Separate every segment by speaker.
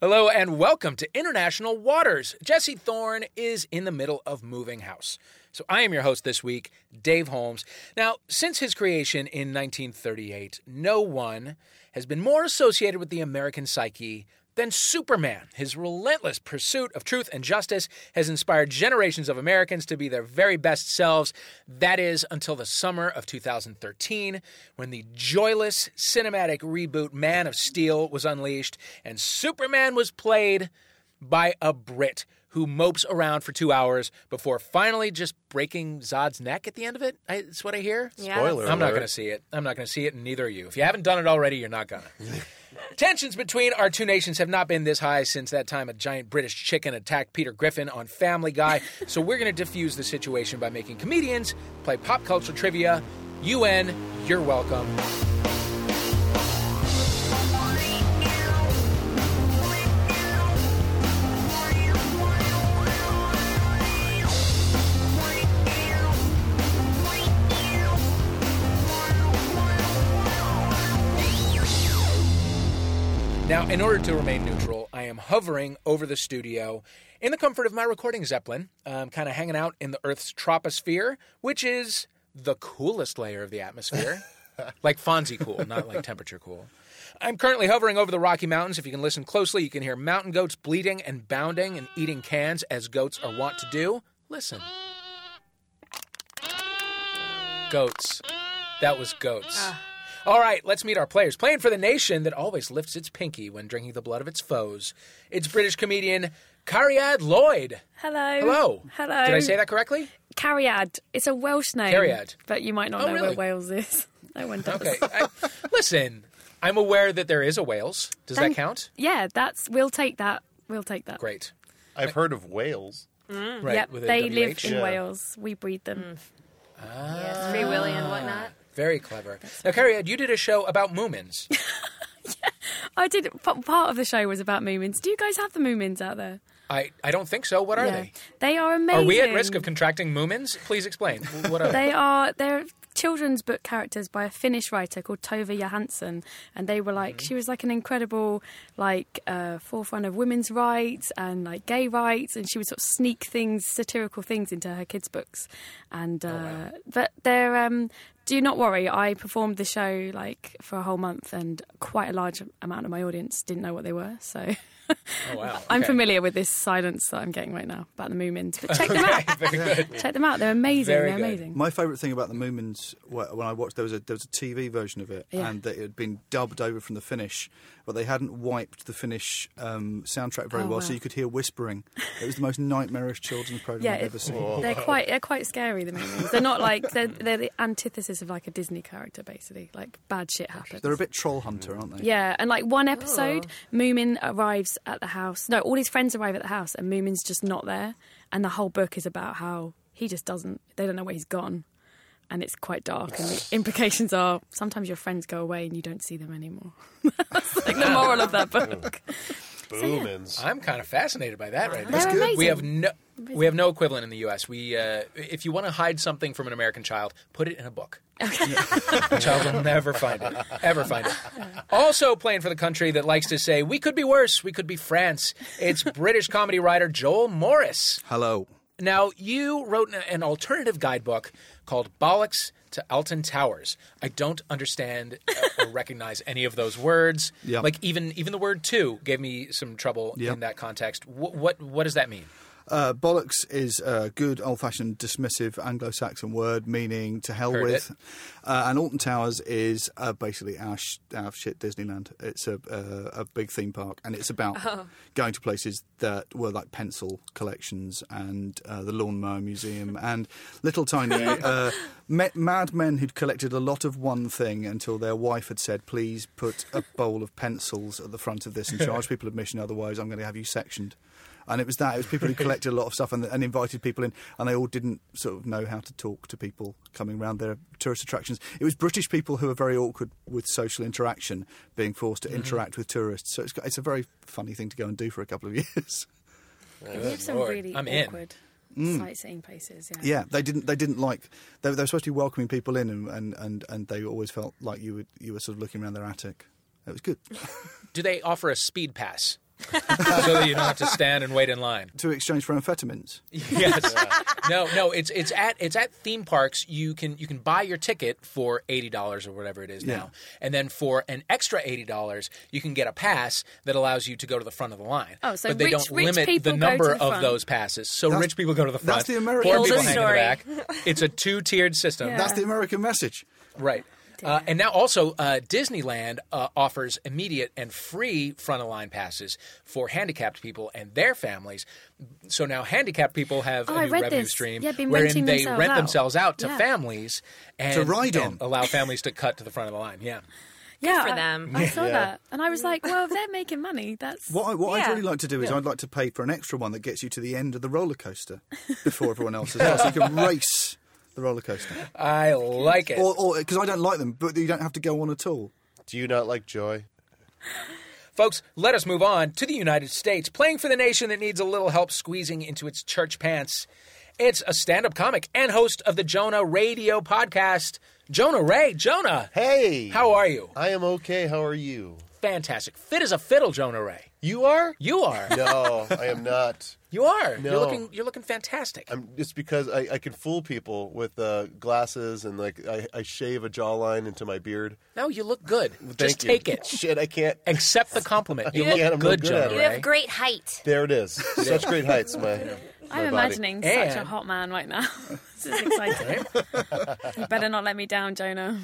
Speaker 1: Hello and welcome to International Waters. Jesse Thorne is in the middle of moving house. So I am your host this week, Dave Holmes. Now, since his creation in 1938, no one has been more associated with the American psyche than Superman. His relentless pursuit of truth and justice has inspired generations of Americans to be their very best selves. That is until the summer of 2013, when the joyless cinematic reboot Man of Steel was unleashed, and Superman was played by a Brit who mopes around for two hours before finally just breaking Zod's neck at the end of it. I, that's what I hear.
Speaker 2: Yeah. Spoiler
Speaker 1: I'm not
Speaker 2: alert.
Speaker 1: going to see it. I'm not going to see it, and neither are you. If you haven't done it already, you're not going to. Tensions between our two nations have not been this high since that time a giant British chicken attacked Peter Griffin on Family Guy. so we're going to diffuse the situation by making comedians play pop culture trivia. UN, you're welcome. Now, in order to remain neutral, I am hovering over the studio in the comfort of my recording Zeppelin. I'm kind of hanging out in the Earth's troposphere, which is the coolest layer of the atmosphere. like Fonzie cool, not like temperature cool. I'm currently hovering over the Rocky Mountains. If you can listen closely, you can hear mountain goats bleating and bounding and eating cans as goats are wont to do. Listen. Goats. That was goats. All right, let's meet our players. Playing for the nation that always lifts its pinky when drinking the blood of its foes. It's British comedian Cariad Lloyd.
Speaker 2: Hello.
Speaker 1: Hello.
Speaker 2: Hello.
Speaker 1: Did I say that correctly?
Speaker 2: Cariad. It's a Welsh name.
Speaker 1: Cariad.
Speaker 2: But you might not
Speaker 1: Oh,
Speaker 2: know
Speaker 1: really?
Speaker 2: where Wales is. No one does.
Speaker 1: Okay. I, listen, I'm aware that there is a Wales. Does
Speaker 2: Thank-
Speaker 1: that count?
Speaker 2: Yeah, that's. We'll take that. We'll take that.
Speaker 1: Great.
Speaker 3: I've heard of whales.
Speaker 1: Right.
Speaker 2: Mm. Yep.
Speaker 1: with a
Speaker 2: They
Speaker 1: WH?
Speaker 2: live in
Speaker 3: Yeah.
Speaker 2: Wales. We breed them.
Speaker 1: Ah.
Speaker 4: Yes, Free Willy and whatnot.
Speaker 1: Very clever. Now, Cariad, you did a show about Moomins.
Speaker 2: I did. p- Part of the show was about moomins. Do you guys have the moomins out there?
Speaker 1: I, I don't think so. What are
Speaker 2: yeah.
Speaker 1: they?
Speaker 2: They are
Speaker 1: Are
Speaker 2: amazing.
Speaker 1: we at risk of contracting Moomins? Please explain. What are
Speaker 2: They are they're children's book characters by a Finnish writer called Tova Johansson, and they were like
Speaker 1: Mm-hmm.
Speaker 2: she was like an incredible like uh, forefront of women's rights and like gay rights, and she would sort of sneak things, satirical things into her kids' books, and
Speaker 1: Oh,
Speaker 2: uh, but they're. Um, do not worry. I performed the show like for a whole month, and quite a large amount of my audience didn't know what they were. So
Speaker 1: Oh, wow.
Speaker 2: I'm
Speaker 1: Okay.
Speaker 2: familiar with this silence that I'm getting right now about the Moomins. But check them out. Check them out. They're amazing.
Speaker 1: Very
Speaker 2: they're
Speaker 1: good.
Speaker 2: amazing.
Speaker 5: My favourite thing about the Moomins wa- when I watched there was a there was a TV version of it,
Speaker 2: Yeah.
Speaker 5: and that it had been dubbed over from the Finnish, but they hadn't wiped the Finnish um, soundtrack very
Speaker 2: Oh,
Speaker 5: well,
Speaker 2: wow.
Speaker 5: so you could hear whispering. It was the most nightmarish children's program
Speaker 2: Yeah,
Speaker 5: I've
Speaker 2: it-
Speaker 5: ever seen.
Speaker 2: They're quite they're quite scary. The movies. They're not like they're, they're the antithesis of like a Disney character, basically. Like bad shit happens.
Speaker 5: They're a Oh. bit troll hunter, aren't they?
Speaker 2: yeah, and like one episode, Moomin arrives at the house. No, all his friends arrive at the house, and Moomin's just not there. And the whole book is about how he just doesn't. They don't know where he's gone, and it's quite dark. And the implications are sometimes your friends go away and you don't see them anymore. That's like the moral of that book.
Speaker 5: Oh,
Speaker 3: Boomins.
Speaker 1: I'm kind of fascinated by that right now.
Speaker 2: That's They're good.
Speaker 1: We have
Speaker 2: amazing.
Speaker 1: no we have no equivalent in the U.S. We uh, if you want to hide something from an American child, put it in a book. the child will never find it, ever find it. Also playing for the country that likes to say we could be worse, we could be France. It's British comedy writer Joel Morris.
Speaker 5: Hello.
Speaker 1: Now, you wrote an- an alternative guidebook called Bollocks to Alton Towers. I don't understand uh, or recognize any of those words.
Speaker 5: Yep.
Speaker 1: Like even even the word two gave me some trouble
Speaker 5: Yep.
Speaker 1: in that context. Wh- what what does that mean?
Speaker 5: Uh, bollocks is a good old-fashioned dismissive Anglo-Saxon word meaning to hell
Speaker 1: Heard
Speaker 5: with,
Speaker 1: it.
Speaker 5: uh, and Alton Towers is uh, basically our, sh- our shit Disneyland. It's a uh, a big theme park, and it's about going to places that were like pencil collections and uh, the Lawnmower Museum and little tiny uh, ma- madmen who'd collected a lot of one thing until their wife had said, "Please put a bowl of pencils at the front of this and charge people admission, otherwise I'm going to have you sectioned." And it was that. It was people who collected a lot of stuff and, and invited people in, and they all didn't sort of know how to talk to people coming round their tourist attractions. It was British people who were very awkward with social interaction, being forced to interact with tourists. So it's, got- it's a very funny thing to go and do for a couple of years.
Speaker 2: We have some
Speaker 1: Lord,
Speaker 2: really
Speaker 1: I'm in.
Speaker 2: awkward sightseeing places.
Speaker 5: Mm. yeah, they didn't. They didn't like. They, they were supposed to be welcoming people in, and, and, and, and they always felt like you were you were sort of looking around their attic. It was good.
Speaker 1: Do they offer a speed pass? so that you don't have to stand and wait in line.
Speaker 5: to exchange for amphetamines.
Speaker 1: Yes. no, no, it's it's at it's at theme parks. You can you can buy your ticket for eighty dollars or whatever it is
Speaker 5: Yeah.
Speaker 1: now, and then for an extra eighty dollars, you can get a pass that allows you to go to the front of the line.
Speaker 2: Oh, so
Speaker 1: but they
Speaker 2: rich-
Speaker 1: don't
Speaker 2: rich
Speaker 1: limit
Speaker 2: people
Speaker 1: the
Speaker 2: go
Speaker 1: number
Speaker 2: to the
Speaker 1: of
Speaker 2: front.
Speaker 1: those passes. So
Speaker 5: That's-
Speaker 1: rich people go to the front.
Speaker 5: that's the American
Speaker 1: Poor people
Speaker 4: dream.
Speaker 1: hang in the back. It's a two tiered system.
Speaker 2: Yeah.
Speaker 5: That's the American message.
Speaker 1: Right. Uh, and now also uh, Disneyland uh, offers immediate and free front of line passes for handicapped people and their families. So now handicapped people have
Speaker 2: Oh,
Speaker 1: a
Speaker 2: I
Speaker 1: new
Speaker 2: read
Speaker 1: revenue
Speaker 2: this.
Speaker 1: stream
Speaker 2: Yeah, been
Speaker 1: wherein
Speaker 2: renting
Speaker 1: they
Speaker 2: themselves
Speaker 1: rent
Speaker 2: out.
Speaker 1: themselves out to
Speaker 2: Yeah.
Speaker 1: families and
Speaker 5: To ride
Speaker 1: and
Speaker 5: on.
Speaker 1: allow families to cut to the front of the line. Yeah.
Speaker 2: yeah,
Speaker 4: for
Speaker 2: I-
Speaker 4: them.
Speaker 2: I, saw that, and I was like, "Well, if they're making money, that's
Speaker 5: What, I, what I'd
Speaker 4: Yeah.
Speaker 5: really like to do is I'd like to pay for an extra one that gets you to the end of the roller coaster before everyone else is there, so you can race the roller coaster.
Speaker 1: I like it.
Speaker 5: Or because I don't like them, but you don't have to go on at all.
Speaker 3: Do you not like joy?
Speaker 1: Folks, let us move on to the United States, playing for the nation that needs a little help squeezing into its church pants. It's a stand up comic and host of the Jonah Radio podcast, Jonah Ray. Jonah,
Speaker 3: Hey,
Speaker 1: how are you?
Speaker 3: I am okay. How are you?
Speaker 1: Fantastic. Fit as a fiddle, Jonah Ray.
Speaker 3: You are?
Speaker 1: You are.
Speaker 3: No, I am not.
Speaker 1: You are. You're
Speaker 3: No.
Speaker 1: looking you're looking fantastic.
Speaker 3: I'm, it's because I, I can fool people with uh, glasses and like I, I shave a jawline into my beard.
Speaker 1: no, you look good. Just
Speaker 3: Thank you.
Speaker 1: take it.
Speaker 3: Shit, I can't.
Speaker 1: Accept the compliment. You
Speaker 3: Yeah,
Speaker 1: look
Speaker 3: I'm not
Speaker 1: good,
Speaker 3: good
Speaker 1: Jonah
Speaker 3: at it.
Speaker 4: You
Speaker 1: Ray.
Speaker 4: have great height.
Speaker 3: There it is. Such great heights, my. my
Speaker 2: I'm
Speaker 3: body.
Speaker 2: imagining such a
Speaker 1: And-
Speaker 2: hot man right now. this is exciting. you better not let me down, Jonah.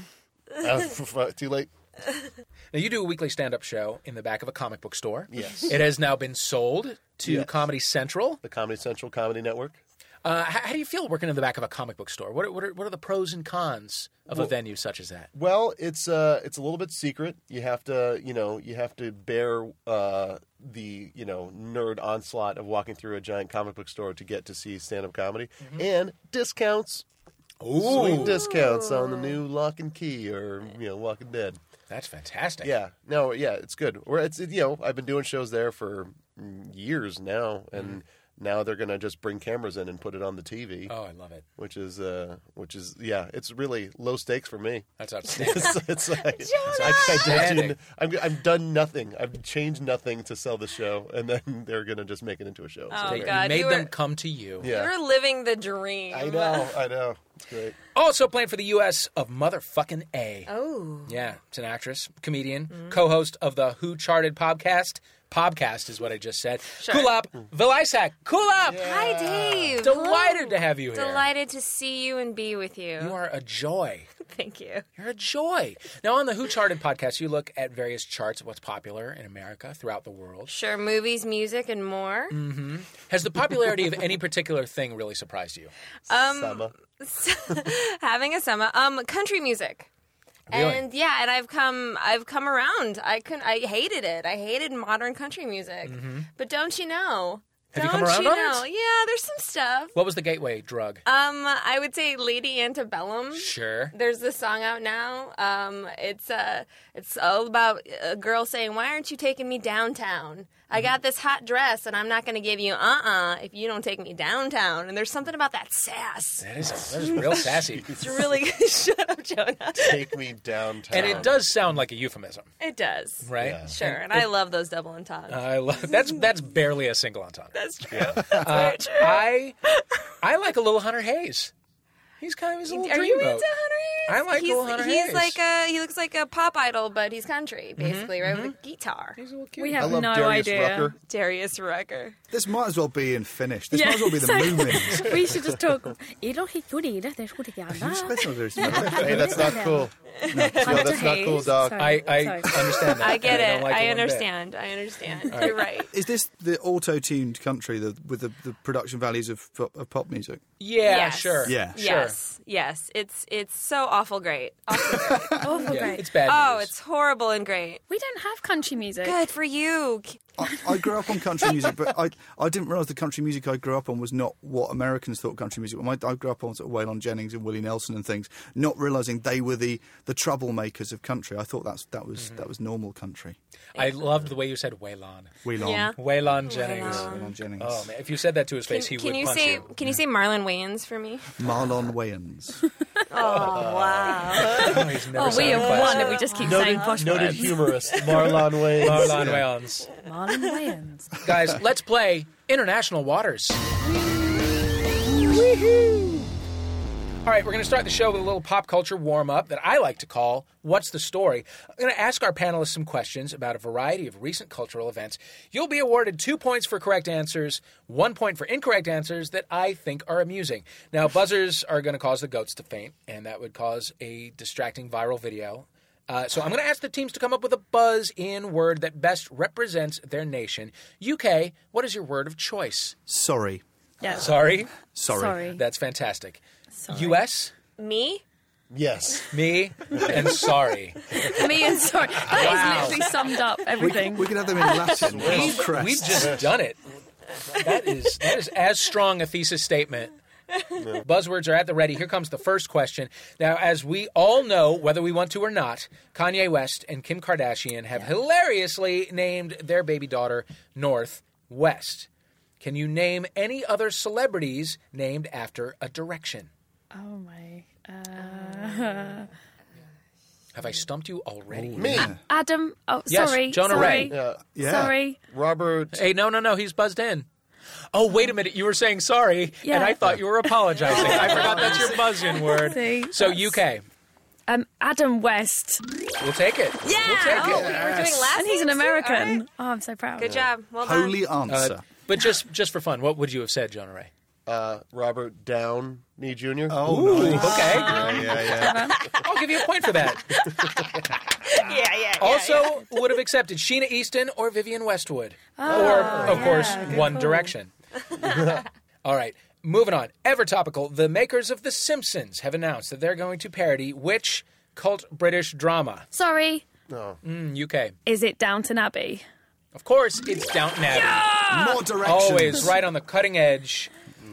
Speaker 3: Uh, too late.
Speaker 1: Now you do a weekly stand-up show in the back of a comic book store.
Speaker 3: Yes.
Speaker 1: It has now been sold to
Speaker 3: Yes.
Speaker 1: Comedy Central.
Speaker 3: The Comedy Central Comedy Network.
Speaker 1: Uh, how, how do you feel working in the back of a comic book store? What are, what are, what are the pros and cons of a venue such as that?
Speaker 3: Well, it's uh, it's a little bit secret. You have to, you know, you have to bear uh, the, you know, nerd onslaught of walking through a giant comic book store to get to see stand-up comedy and discounts. Sweet discounts on the new Lock and Key or you know Walking Dead.
Speaker 1: That's fantastic.
Speaker 3: Yeah, no, yeah, it's good. Or it's you know I've been doing shows there for mm, years now, and now they're gonna just bring cameras in and put it on the TV,
Speaker 1: Oh, I love it.
Speaker 3: which is uh, which is yeah, it's really low stakes for me.
Speaker 1: That's outstanding.
Speaker 3: it's, it's like I, I
Speaker 1: outstanding.
Speaker 3: am I've done nothing. I've changed nothing to sell the show, and then they're gonna just make it into a show. It's
Speaker 6: Oh,
Speaker 1: They-
Speaker 3: great.
Speaker 1: you
Speaker 6: God,
Speaker 1: made
Speaker 6: you
Speaker 1: them
Speaker 6: were-
Speaker 1: come to you.
Speaker 3: Yeah.
Speaker 6: You're living the dream.
Speaker 3: I know, I know. It's great.
Speaker 1: Also playing for the U.S. of motherfucking A.
Speaker 4: Oh.
Speaker 1: Yeah, it's an actress, comedian, co-host of the Who Charted podcast. Podcast is what I just said. Cool up, Velisak. Cool up.
Speaker 4: Hi, Dave.
Speaker 1: Delighted
Speaker 4: Hello.
Speaker 1: to have you here.
Speaker 4: Delighted to see you and be with you.
Speaker 1: You are a joy.
Speaker 4: Thank you.
Speaker 1: You're a joy. Now, on the Who Charted podcast, you look at various charts of what's popular in America throughout the world.
Speaker 4: Sure, movies, music, and more.
Speaker 1: Mm. Has the popularity of any particular thing really surprised you? Um,
Speaker 3: Sama.
Speaker 4: Having a summer. Um, country music.
Speaker 1: Really?
Speaker 4: And yeah, and I've come, I've come around. I couldn't, I hated it. I hated modern country music. But don't you know?
Speaker 1: Mm-hmm. Have you
Speaker 4: don't
Speaker 1: come around
Speaker 4: you
Speaker 1: on
Speaker 4: know? Yeah, there's some stuff.
Speaker 1: What was the gateway drug?
Speaker 4: Um, I would say Lady Antebellum.
Speaker 1: sure.
Speaker 4: There's this song out now. Um, it's uh, it's all about a girl saying, "Why aren't you taking me downtown? I got this hot dress, and I'm not going to give you uh-uh if you don't take me downtown." And there's something about that sass.
Speaker 1: That is, that is real sassy.
Speaker 4: It's really shut up, Jonah.
Speaker 3: Take me downtown.
Speaker 1: And it does sound like a euphemism,
Speaker 4: It does.
Speaker 1: right? Uh,
Speaker 3: Yeah.
Speaker 4: Sure, and I love those double entendres.
Speaker 1: I love that's that's barely a single entendre. Uh,
Speaker 4: That's true. That's very true.
Speaker 1: I I like a little Hunter Hayes. He's kind of his little
Speaker 4: Are you into
Speaker 1: dreamboat.
Speaker 4: Hunter Hayes?
Speaker 1: I like
Speaker 4: he's,
Speaker 1: little Hunter
Speaker 4: He's
Speaker 1: Hayes.
Speaker 4: like a he looks like a pop idol, but he's country basically, right? With a guitar.
Speaker 1: Mm-hmm, He's a little cute.
Speaker 2: We
Speaker 3: I
Speaker 2: have
Speaker 3: love
Speaker 2: no
Speaker 3: Darius
Speaker 2: idea.
Speaker 3: Rucker.
Speaker 4: Darius Rucker.
Speaker 5: This might as well be in Finnish. This
Speaker 2: Yeah,
Speaker 5: might as well be the
Speaker 2: so-
Speaker 5: Moomins.
Speaker 2: we should just talk. "Ilohi kurida, te suuriana."
Speaker 3: Hey, that's not cool.
Speaker 2: Hunter
Speaker 3: that's not cool,
Speaker 2: Hayes.
Speaker 3: dog.
Speaker 1: I,
Speaker 2: Sorry,
Speaker 1: I
Speaker 2: sorry.
Speaker 1: understand that.
Speaker 4: I get
Speaker 1: and don't like
Speaker 4: it. I
Speaker 1: one bit.
Speaker 4: understand. I understand. You're right.
Speaker 5: Is this the auto-tuned country the, with the, the production values of, pop- of pop music?
Speaker 1: Yeah,
Speaker 4: Yes.
Speaker 1: sure.
Speaker 5: Yeah.
Speaker 1: sure.
Speaker 4: Yes, yes. It's it's so awful great. Awful great.
Speaker 2: Awful
Speaker 1: Yeah,
Speaker 2: great.
Speaker 1: It's bad
Speaker 4: oh,
Speaker 1: news.
Speaker 4: it's horrible and great.
Speaker 2: We don't have country music.
Speaker 4: Good for you.
Speaker 5: I, I grew up on country music, but I, I didn't realise the country music I grew up on was not what Americans thought country music. was. My, I grew up on sort of Waylon Jennings and Willie Nelson and things, not realising they were the, the troublemakers of country. I thought that's that
Speaker 1: Mm-hmm.
Speaker 5: was that was normal country.
Speaker 1: I loved the way you said Waylon.
Speaker 5: Waylon,
Speaker 4: Yeah.
Speaker 1: Waylon Jennings.
Speaker 5: Waylon Jennings,
Speaker 1: Oh man, if you said that to his face,
Speaker 4: Can,
Speaker 1: he would
Speaker 4: you
Speaker 1: punch
Speaker 4: say
Speaker 1: you.
Speaker 4: can you say Marlon Wayans for me?
Speaker 5: Marlon Wayans.
Speaker 4: Oh wow!
Speaker 1: Oh, he's never
Speaker 2: Oh, we
Speaker 1: signed a
Speaker 2: have
Speaker 1: class.
Speaker 2: won if we just keep saying posh
Speaker 3: Noted
Speaker 2: words.
Speaker 3: humorist Marlon Wayans.
Speaker 1: Marlon
Speaker 3: Yeah.
Speaker 1: Wayans.
Speaker 2: Marlon Wayans.
Speaker 1: Guys, let's play International Waters. All right, we're going to start the show with a little pop culture warm up that I like to call What's the Story? I'm going to ask our panelists some questions about a variety of recent cultural events. You'll be awarded two points for correct answers, one point for incorrect answers that I think are amusing. Now, buzzers are going to cause the goats to faint, and that would cause a distracting viral video. Uh, so I'm going to ask the teams to come up with a buzz in word that best represents their nation. UK, what is your word of choice?
Speaker 5: Sorry.
Speaker 2: Yeah.
Speaker 1: Sorry.
Speaker 5: Sorry.
Speaker 2: Sorry.
Speaker 1: That's fantastic.
Speaker 2: Sorry.
Speaker 1: US,
Speaker 4: Me?
Speaker 3: Yes.
Speaker 1: me, and sorry.
Speaker 2: Me and sorry. That
Speaker 1: Wow.
Speaker 2: is literally summed up
Speaker 5: We,
Speaker 2: everything.
Speaker 5: we could have them in Latin.
Speaker 1: We've,
Speaker 5: oh, crest.
Speaker 1: we've just done it. That is that is as strong a thesis statement. Buzzwords are at the ready. Here comes the first question. Now, as we all know, whether we want to or not, Kanye West and Kim Kardashian have hilariously named their baby daughter North West. Can you name any other celebrities named after a direction?
Speaker 2: oh my. Uh,
Speaker 1: Have I stumped you already?
Speaker 3: Me.
Speaker 2: Adam. Oh,
Speaker 1: Yes,
Speaker 2: sorry.
Speaker 1: Jonah
Speaker 2: sorry.
Speaker 1: Ray.
Speaker 3: Yeah.
Speaker 5: yeah.
Speaker 2: Sorry.
Speaker 3: Robert.
Speaker 1: Hey, no, no, no. He's buzzed in. Oh, wait a minute. You were saying sorry, and
Speaker 2: Yeah.
Speaker 1: I thought you were apologizing. I forgot that's your buzz-in word.
Speaker 2: See,
Speaker 1: so
Speaker 2: that's-
Speaker 1: UK,
Speaker 2: Um, Adam West.
Speaker 1: we'll take it.
Speaker 4: Yeah.
Speaker 1: We'll take
Speaker 4: oh,
Speaker 1: it.
Speaker 4: we were doing last.
Speaker 2: And he's an
Speaker 4: names too? All
Speaker 2: American.
Speaker 4: right.
Speaker 2: Oh, I'm so proud.
Speaker 4: Good job. Well done.
Speaker 5: Holy
Speaker 1: Uh,
Speaker 5: answer.
Speaker 1: but just just for fun, what would you have said, Jonah Ray?
Speaker 3: Uh, Robert Downey Jr.
Speaker 5: oh, nice.
Speaker 1: Okay,
Speaker 5: Yeah, yeah, yeah.
Speaker 1: I'll give you a point for that.
Speaker 4: Yeah, yeah. yeah,
Speaker 1: Also,
Speaker 4: yeah. Oh,
Speaker 1: would have accepted Sheena Easton or Vivian Westwood, or of course
Speaker 2: yeah, good
Speaker 1: One
Speaker 2: call.
Speaker 1: Direction. All right, moving on. Ever topical. The makers of The Simpsons have announced that they're going to parody which cult British drama?
Speaker 2: Sorry.
Speaker 3: No.
Speaker 1: Mm, UK.
Speaker 2: Is it Downton Abbey?
Speaker 1: Of course, it's Downton Abbey.
Speaker 5: More directions.
Speaker 1: uh, Always right on the cutting edge.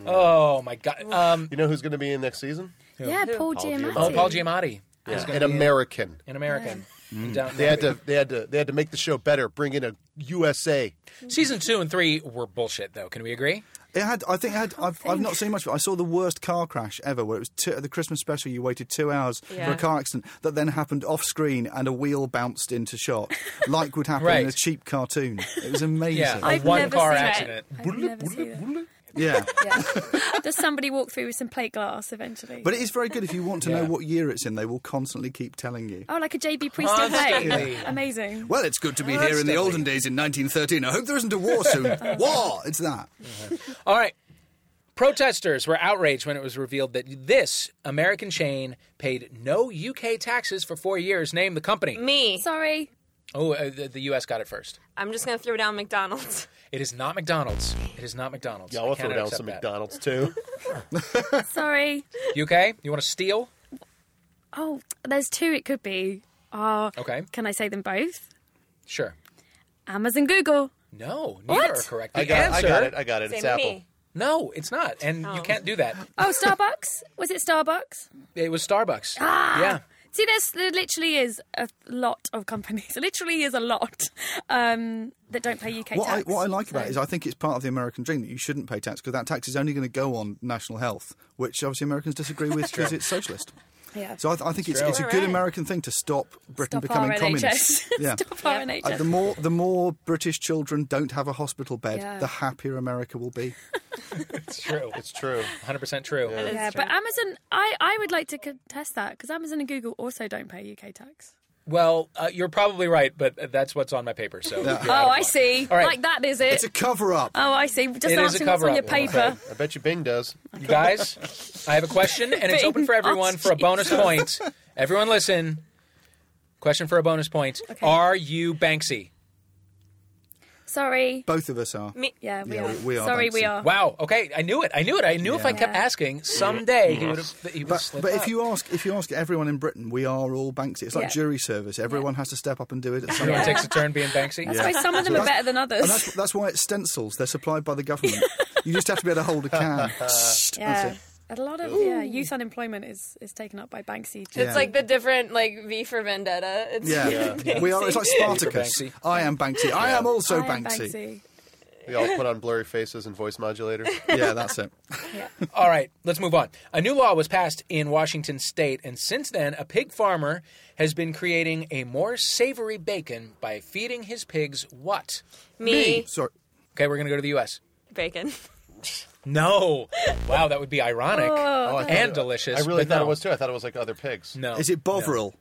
Speaker 1: Oh my God! Um,
Speaker 3: You know who's going to be in next season?
Speaker 2: Yeah, Paul Giamatti.
Speaker 1: oh, Paul Giamatti,
Speaker 3: An American.
Speaker 1: an American. in Downton
Speaker 3: Mm. They had
Speaker 1: Abbey.
Speaker 3: to. They had to. They had to make the show better. Bring in a USA.
Speaker 1: Season two and three were bullshit, though. Can we agree?
Speaker 5: It had. I think it had. I've, I've not seen much. But I saw the worst car crash ever, where it was two, the Christmas special. You waited two hours for
Speaker 4: Yeah.
Speaker 5: a car accident that then happened off screen, and a wheel bounced into shot, like would happen
Speaker 1: Right.
Speaker 5: in a cheap cartoon. It was amazing.
Speaker 1: Yeah,
Speaker 5: Yeah.
Speaker 1: a
Speaker 2: I've
Speaker 1: one
Speaker 2: never
Speaker 1: car
Speaker 2: seen it.
Speaker 1: accident.
Speaker 2: I've never seen it. Does somebody walk through with some plate glass eventually?
Speaker 5: But it is very good if you want to
Speaker 1: Yeah.
Speaker 5: know what year it's in. They will constantly keep telling you.
Speaker 2: oh, like a JB Priest plate.
Speaker 1: Constantly.
Speaker 2: Amazing.
Speaker 5: Well, it's Oh, good to be
Speaker 1: here in the olden
Speaker 5: days in 1913. I hope there isn't a war soon. war! It's that.
Speaker 1: All right. Protesters were outraged when it was revealed that this American chain paid no UK taxes for four years. Name the company.
Speaker 4: me.
Speaker 2: Sorry.
Speaker 1: Oh, uh, the, the US got it first.
Speaker 4: I'm just gonna throw down McDonald's.
Speaker 1: It is not McDonald's. It is not McDonald's.
Speaker 3: Yeah,
Speaker 1: I
Speaker 3: I'll throw
Speaker 1: cannot
Speaker 3: down
Speaker 1: accept
Speaker 3: some
Speaker 1: that.
Speaker 3: McDonald's too.
Speaker 2: Sorry.
Speaker 1: UK, you want to steal?
Speaker 2: Oh, there's two it could be. Oh,
Speaker 1: Okay,
Speaker 2: can I say them both?
Speaker 1: sure.
Speaker 2: Amazon Google.
Speaker 1: No, neither
Speaker 2: What?
Speaker 1: are correct. The
Speaker 3: I got. I
Speaker 1: answer,
Speaker 3: got it. I got it.
Speaker 4: Same
Speaker 3: It's
Speaker 4: with
Speaker 3: Apple.
Speaker 4: me.
Speaker 1: No, it's not, and you can't do that.
Speaker 2: Oh, Starbucks? Was it Starbucks?
Speaker 1: It was Starbucks.
Speaker 2: Ah,
Speaker 1: Yeah.
Speaker 2: See, there's, there literally is a lot of companies. There literally is a lot um, that don't pay UK
Speaker 5: What I,
Speaker 2: tax.
Speaker 5: what I like about it is I think it's part of the American dream that you shouldn't pay tax because that tax is only going to go on national health, which obviously Americans disagree with because it's socialist.
Speaker 2: Yeah.
Speaker 5: So I, th- I think it's, it's a
Speaker 4: All
Speaker 5: good
Speaker 4: right.
Speaker 5: American thing to stop Britain
Speaker 2: Stop
Speaker 5: becoming
Speaker 2: our
Speaker 5: communist.
Speaker 2: NHS. Stop our NHS.
Speaker 5: Uh, the more the more British children don't have a hospital bed,
Speaker 2: Yeah.
Speaker 5: the happier America will be.
Speaker 1: It's true. It's
Speaker 3: It's true.
Speaker 1: 100% true.
Speaker 2: yeah, but Amazon, I, I would like to contest that because Amazon and Google also don't pay UK tax.
Speaker 1: Well, uh, you're probably right, but that's what's on my paper. So. you're out
Speaker 2: oh,
Speaker 1: of
Speaker 2: I
Speaker 1: luck.
Speaker 2: see.
Speaker 1: All right.
Speaker 2: Like that, is it?
Speaker 5: It's a cover up.
Speaker 2: oh, I see. Just
Speaker 1: It is a
Speaker 2: answering what's on your
Speaker 1: cover-up. Yeah.
Speaker 2: paper.
Speaker 3: I bet you Bing does.
Speaker 1: You guys, I have a question, and it's open for everyone
Speaker 2: Oh,
Speaker 1: for a bonus point. Everyone, listen. Question for a bonus point.
Speaker 2: Okay.
Speaker 1: Are you Banksy?
Speaker 2: Sorry.
Speaker 5: Both of us are.
Speaker 4: Me.
Speaker 2: Yeah, we
Speaker 5: Yeah,
Speaker 2: are.
Speaker 5: we- we are
Speaker 2: Sorry, we
Speaker 5: Banksy.
Speaker 2: are.
Speaker 1: Wow. Okay, I knew it. I knew it. I knew if I kept
Speaker 2: Oh. Yeah.
Speaker 1: asking, someday he would have. He would
Speaker 5: Mm-hmm. But, but if you ask if you ask everyone in Britain, we are all Banksy. It's like
Speaker 2: Yeah.
Speaker 5: jury service. Everyone has to step up and do it. At some
Speaker 1: everyone
Speaker 5: point.
Speaker 1: takes a turn being Banksy.
Speaker 2: That's why some of them are better than
Speaker 5: And
Speaker 2: others.
Speaker 5: that's, that's why it's stencils. They're supplied by the government. you just have to be able to hold a can.
Speaker 2: Yeah. A lot of yeah, youth unemployment is, is taken up by Banksy.
Speaker 5: Yeah.
Speaker 4: It's like the different like V for Vendetta. It's
Speaker 5: Yeah. we are. It's like Spartacus.
Speaker 1: Banksy.
Speaker 5: I am Banksy. I am also
Speaker 2: I am
Speaker 5: Banksy.
Speaker 2: Banksy.
Speaker 3: They all put on blurry faces and voice modulators.
Speaker 5: yeah, that's it.
Speaker 1: All right, let's move on. A new law was passed in Washington state, and since then, a pig farmer has been creating a more savory bacon by feeding his pigs what?
Speaker 4: Me,
Speaker 5: Sorry.
Speaker 1: Okay, we're going to go to the U.S.
Speaker 4: bacon.
Speaker 1: No. Wow, that would be ironic Oh, and delicious.
Speaker 3: I really
Speaker 1: but
Speaker 3: thought
Speaker 1: no.
Speaker 3: it was too. I thought it was like other pigs.
Speaker 1: No.
Speaker 5: Is it Bovril?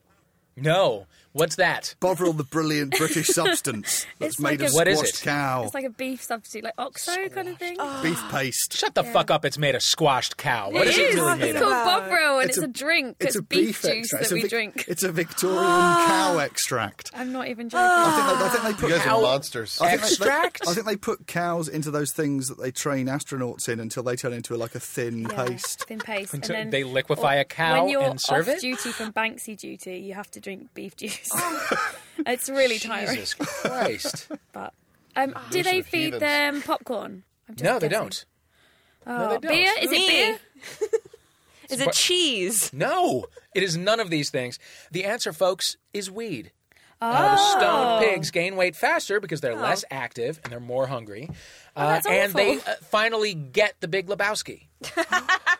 Speaker 1: No. What's that?
Speaker 5: Bovril, the brilliant British substance that's
Speaker 2: It's
Speaker 5: made
Speaker 2: like
Speaker 5: of
Speaker 2: a- What
Speaker 1: is
Speaker 5: squashed
Speaker 1: it?
Speaker 5: cow,
Speaker 2: It's like a beef substitute, like oxo kind of thing.
Speaker 5: beef paste.
Speaker 1: Shut the fuck up. It's made of squashed cow. What is it doing made
Speaker 2: It's
Speaker 1: of?
Speaker 2: called Bovril, and it's,
Speaker 5: It's a-
Speaker 2: a, drink. It's, beef, juice
Speaker 5: extract.
Speaker 2: that
Speaker 5: It's a
Speaker 2: we
Speaker 5: Vic-
Speaker 2: drink.
Speaker 5: It's a Victorian cow extract.
Speaker 2: I'm not even joking.
Speaker 5: I think, they, I think they put
Speaker 3: You guys
Speaker 1: Cow-
Speaker 3: are monsters.
Speaker 5: I think they-
Speaker 1: Extract?
Speaker 5: I think they put cows into those things that they train astronauts in until they turn into like a thin
Speaker 2: Yeah,
Speaker 5: paste.
Speaker 2: Thin paste. And
Speaker 1: Until
Speaker 2: then
Speaker 1: they liquefy
Speaker 2: or-
Speaker 1: a cow
Speaker 2: when you're
Speaker 1: and serve
Speaker 2: off
Speaker 1: it?
Speaker 2: duty from Banksy duty, you have to drink beef juice. it's really tiring.
Speaker 1: Jesus Christ.
Speaker 2: But um, do they
Speaker 3: of
Speaker 2: feed
Speaker 3: heathens.
Speaker 2: them popcorn? I'm just
Speaker 1: No, they
Speaker 2: guessing.
Speaker 1: don't. No, they
Speaker 2: Oh,
Speaker 1: don't.
Speaker 2: beer? Is
Speaker 4: Me.
Speaker 2: it beer?
Speaker 4: Is it cheese?
Speaker 1: No, it is none of these things. The answer, folks, is weed. Uh, the stoned pigs gain weight faster because they're less active and they're more hungry. Uh,
Speaker 2: that's
Speaker 1: and they
Speaker 2: awful.
Speaker 1: uh, finally get the Big Lebowski.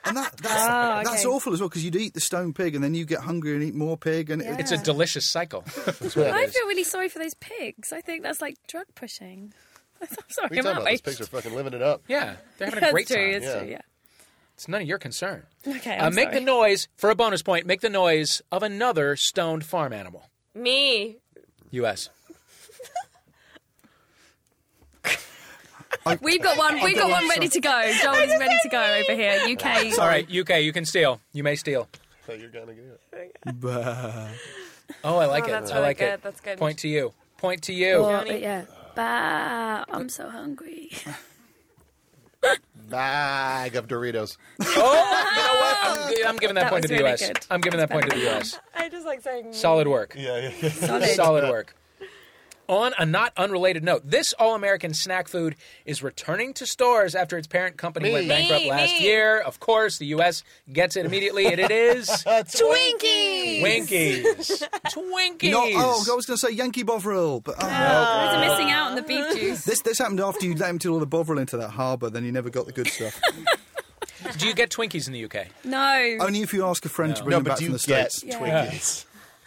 Speaker 5: And that, that's,
Speaker 2: Ah,
Speaker 5: that's
Speaker 2: okay.
Speaker 5: awful as well because you'd eat the stone pig and then you get hungry and eat more pig and
Speaker 1: It's a delicious cycle. That's what
Speaker 2: I
Speaker 1: it is.
Speaker 2: feel really sorry for those pigs. I think that's like drug pushing. I'm sorry,
Speaker 3: What are you
Speaker 2: I'm
Speaker 3: talking about? These
Speaker 2: outraged.
Speaker 3: pigs are fucking living it up.
Speaker 1: Yeah, they're having a
Speaker 2: That's
Speaker 1: great
Speaker 2: true,
Speaker 1: time.
Speaker 2: It's
Speaker 3: Yeah.
Speaker 2: true, yeah.
Speaker 1: It's none of your concern.
Speaker 2: Okay,
Speaker 1: Uh,
Speaker 2: I'm
Speaker 1: make the
Speaker 2: sorry.
Speaker 1: noise for a bonus point. Make the noise of another stoned farm animal.
Speaker 4: Me.
Speaker 1: U.S.
Speaker 2: We've got one. We've got one ready to go. Joel is ready to go over here. UK.
Speaker 1: All right, UK, you can steal. You may steal.
Speaker 3: So you're gonna get it.
Speaker 5: Bah.
Speaker 1: Oh, I like
Speaker 4: Oh,
Speaker 1: it.
Speaker 4: that's
Speaker 1: I
Speaker 4: really
Speaker 1: like it.
Speaker 4: good. That's good.
Speaker 1: Point to you. Point to you.
Speaker 2: Well, yeah. Bah, I'm so hungry.
Speaker 3: Bag of Doritos.
Speaker 1: Oh, you know what? I'm, gi- I'm giving that,
Speaker 2: That
Speaker 1: point to
Speaker 2: was
Speaker 1: the
Speaker 2: really
Speaker 1: U.S.
Speaker 2: good.
Speaker 1: I'm giving that point to the U.S.
Speaker 4: I just like saying.
Speaker 1: Solid work.
Speaker 3: Yeah, yeah.
Speaker 1: Solid work. On a not unrelated note, this all American snack food is returning to stores after its parent company went bankrupt
Speaker 4: Me,
Speaker 1: last
Speaker 4: me.
Speaker 1: year. Of course, the U.S. gets it immediately, and it is
Speaker 4: Twinkies.
Speaker 1: Twinkies. Twinkies.
Speaker 5: Not, oh, I was going to say Yankee Bovril, but oh,
Speaker 1: Uh,
Speaker 2: Guys are missing out on the beef juice.
Speaker 5: this this happened after you let him all the Bovril into that harbour, then you never got the good stuff.
Speaker 1: Do you get Twinkies in the UK?
Speaker 2: No.
Speaker 1: Oh,
Speaker 5: Only if you ask a friend to bring
Speaker 3: No,
Speaker 5: them back
Speaker 3: but
Speaker 5: from
Speaker 3: you
Speaker 5: the
Speaker 3: get
Speaker 5: states.
Speaker 3: Twinkies.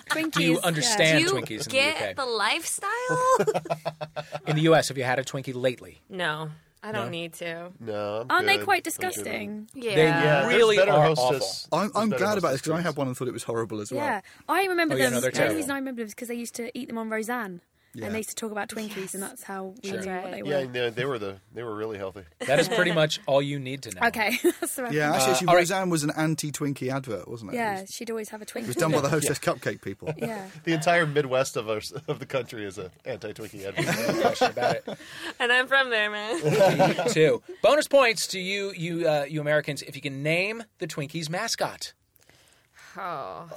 Speaker 2: Twinkies.
Speaker 1: Do you
Speaker 2: yeah.
Speaker 1: understand
Speaker 4: You
Speaker 1: Twinkies in the
Speaker 4: get
Speaker 1: UK?
Speaker 4: the lifestyle?
Speaker 1: in the US, have you had a Twinkie lately?
Speaker 4: no, I don't need to.
Speaker 3: No, I'm
Speaker 2: Aren't they
Speaker 3: good.
Speaker 2: quite
Speaker 3: I'm good.
Speaker 2: disgusting?
Speaker 4: Yeah.
Speaker 1: yeah. Really
Speaker 3: There's better
Speaker 1: are
Speaker 3: hostess.
Speaker 5: I'm, I'm
Speaker 3: There's better
Speaker 5: glad about this
Speaker 3: hostess
Speaker 5: because I
Speaker 3: foods.
Speaker 5: had one and thought it was horrible as well.
Speaker 2: Yeah, I remember
Speaker 1: Oh, yeah,
Speaker 2: them.
Speaker 1: no, they're
Speaker 2: the only reason
Speaker 1: terrible.
Speaker 2: I remember them is because they used to eat them on Roseanne,
Speaker 5: Yeah.
Speaker 2: and they used to talk about Twinkies, and that's how we knew what they
Speaker 4: right.
Speaker 2: were.
Speaker 3: Yeah, and they, they were the they were really healthy.
Speaker 1: That is pretty much all you need to know.
Speaker 2: Okay, that's the
Speaker 5: Yeah,
Speaker 3: Uh,
Speaker 2: reference.
Speaker 5: actually, actually
Speaker 1: all right.
Speaker 5: Roseanne was an anti-Twinkie advert, wasn't it? It
Speaker 2: Yeah,
Speaker 5: was,
Speaker 2: she'd always have a Twinkie.
Speaker 5: it was done by the Hostess Cupcake people.
Speaker 2: Yeah.
Speaker 3: The entire Midwest of our of the country is a anti Twinkie advocate.
Speaker 1: No question about it.
Speaker 4: And I'm from there, man.
Speaker 1: Two bonus points to you, you, uh, you Americans, if you can name the Twinkies mascot.
Speaker 4: oh.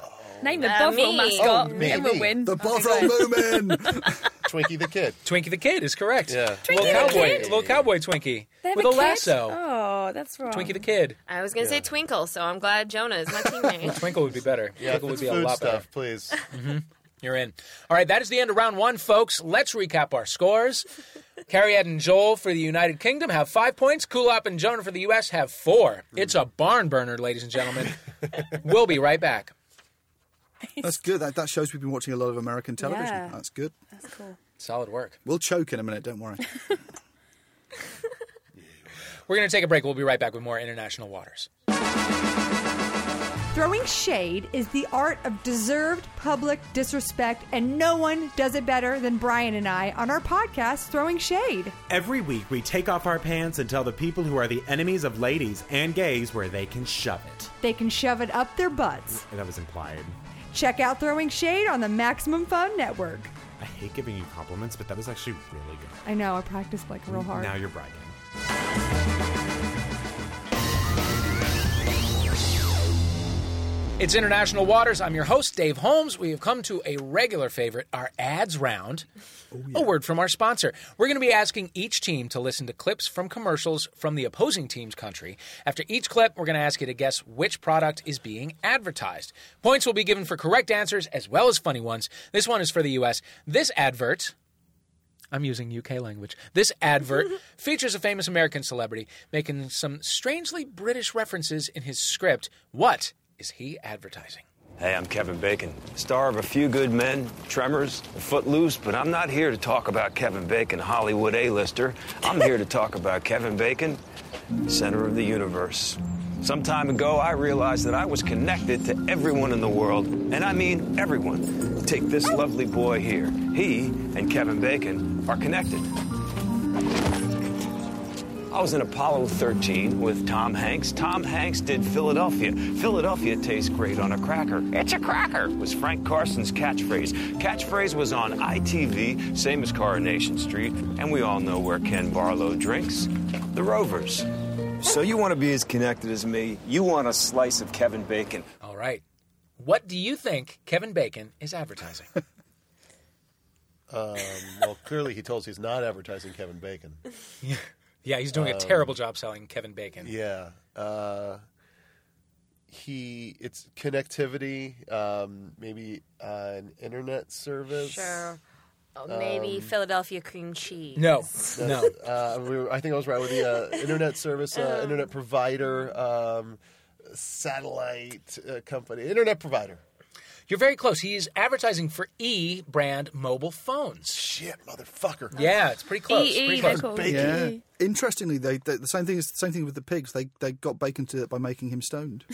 Speaker 2: Name the
Speaker 4: Uh,
Speaker 2: Bovril
Speaker 4: me.
Speaker 2: mascot,
Speaker 3: Oh,
Speaker 2: and
Speaker 3: me,
Speaker 2: we'll
Speaker 3: me.
Speaker 2: win.
Speaker 5: The Bovril Moomin.
Speaker 3: Twinkie the kid.
Speaker 1: Twinkie the Kid is correct.
Speaker 3: Yeah. Twinkie
Speaker 1: little
Speaker 2: the
Speaker 1: cowboy,
Speaker 2: Kid?
Speaker 1: little cowboy Twinkie
Speaker 2: They have
Speaker 1: with a,
Speaker 2: kid?
Speaker 1: lasso.
Speaker 2: Oh, that's wrong.
Speaker 1: Twinkie the Kid.
Speaker 4: I was gonna say Twinkle, so I'm glad Jonah is my teammate.
Speaker 1: Twinkle would be better.
Speaker 3: Yeah,
Speaker 1: Twinkle
Speaker 3: if
Speaker 1: would
Speaker 3: it's
Speaker 1: be a
Speaker 3: food
Speaker 1: lot better.
Speaker 3: stuff, please.
Speaker 1: You're in. All right, that is the end of round one, folks. Let's recap our scores. Carrie Ed and Joel for the United Kingdom have five points. Kulop and Jonah for the U.S. have four.
Speaker 3: Mm.
Speaker 1: It's a barn burner, ladies and gentlemen. we'll be right back.
Speaker 5: That's good. That, that shows we've been watching a lot of American television.
Speaker 2: Yeah.
Speaker 5: That's good.
Speaker 2: That's cool.
Speaker 1: Solid work.
Speaker 5: We'll choke in a minute. Don't worry.
Speaker 1: We're going to take a break. We'll be right back with more International Waters.
Speaker 6: Throwing shade is the art of deserved public disrespect, and no one does it better than Brian and I on our podcast, Throwing Shade.
Speaker 7: Every week, we take off our pants and tell the people who are the enemies of ladies and gays where they can shove it.
Speaker 6: They can shove it up their butts.
Speaker 7: And that was implied.
Speaker 6: Check out Throwing Shade on the Maximum Fun Network.
Speaker 7: I hate giving you compliments, but that was actually really good.
Speaker 6: I know, I practiced like real hard.
Speaker 7: Now you're bragging.
Speaker 1: It's International Waters. I'm your host, Dave Holmes. We have come to a regular favorite, our ads round. A word from our sponsor. We're going to be asking each team to listen to clips from commercials from the opposing team's country. After each clip, we're going to ask you to guess which product is being advertised. Points will be given for correct answers as well as funny ones. This one is for the U.S. This advert. I'm using UK language. This advert features a famous American celebrity making some strangely British references in his script. What is he advertising?
Speaker 8: Hey, I'm Kevin Bacon, star of A Few Good Men, Tremors, Footloose, but I'm not here to talk about Kevin Bacon, Hollywood A-lister. I'm here to talk about Kevin Bacon, center of the universe. Some time ago, I realized that I was connected to everyone in the world, and I mean everyone. Take this lovely boy here. He and Kevin Bacon are connected. I was in Apollo 13 with Tom Hanks. Tom Hanks did Philadelphia. Philadelphia tastes great on a cracker. It's a cracker, was Frank Carson's catchphrase. Catchphrase was on ITV, same as Coronation Street, and we all know where Ken Barlow drinks the Rovers. So you want to be as connected as me? You want a slice of Kevin Bacon?
Speaker 1: All right. What do you think Kevin Bacon is advertising?
Speaker 3: Well, clearly he told us he's not advertising Kevin Bacon.
Speaker 1: yeah, he's doing a terrible job selling Kevin Bacon.
Speaker 3: Yeah. Uh, he it's connectivity, um, maybe uh, an internet service.
Speaker 4: Sure. Oh, maybe Philadelphia cream cheese.
Speaker 1: Um, No, no.
Speaker 3: Uh, we were, I think I was right with the uh, internet service,
Speaker 1: Oh.
Speaker 3: uh, internet provider, um, satellite uh, company, internet provider.
Speaker 1: You're very close. He's advertising for E brand mobile phones.
Speaker 3: Shit, motherfucker.
Speaker 1: Yeah, Oh, it's pretty close.
Speaker 4: EE,
Speaker 2: E
Speaker 1: pretty
Speaker 4: E they're
Speaker 1: close.
Speaker 4: called.
Speaker 5: Yeah.
Speaker 2: EE.
Speaker 5: Interestingly, they, they the same thing is the same thing with the pigs. They they got Bacon to it by making him stoned.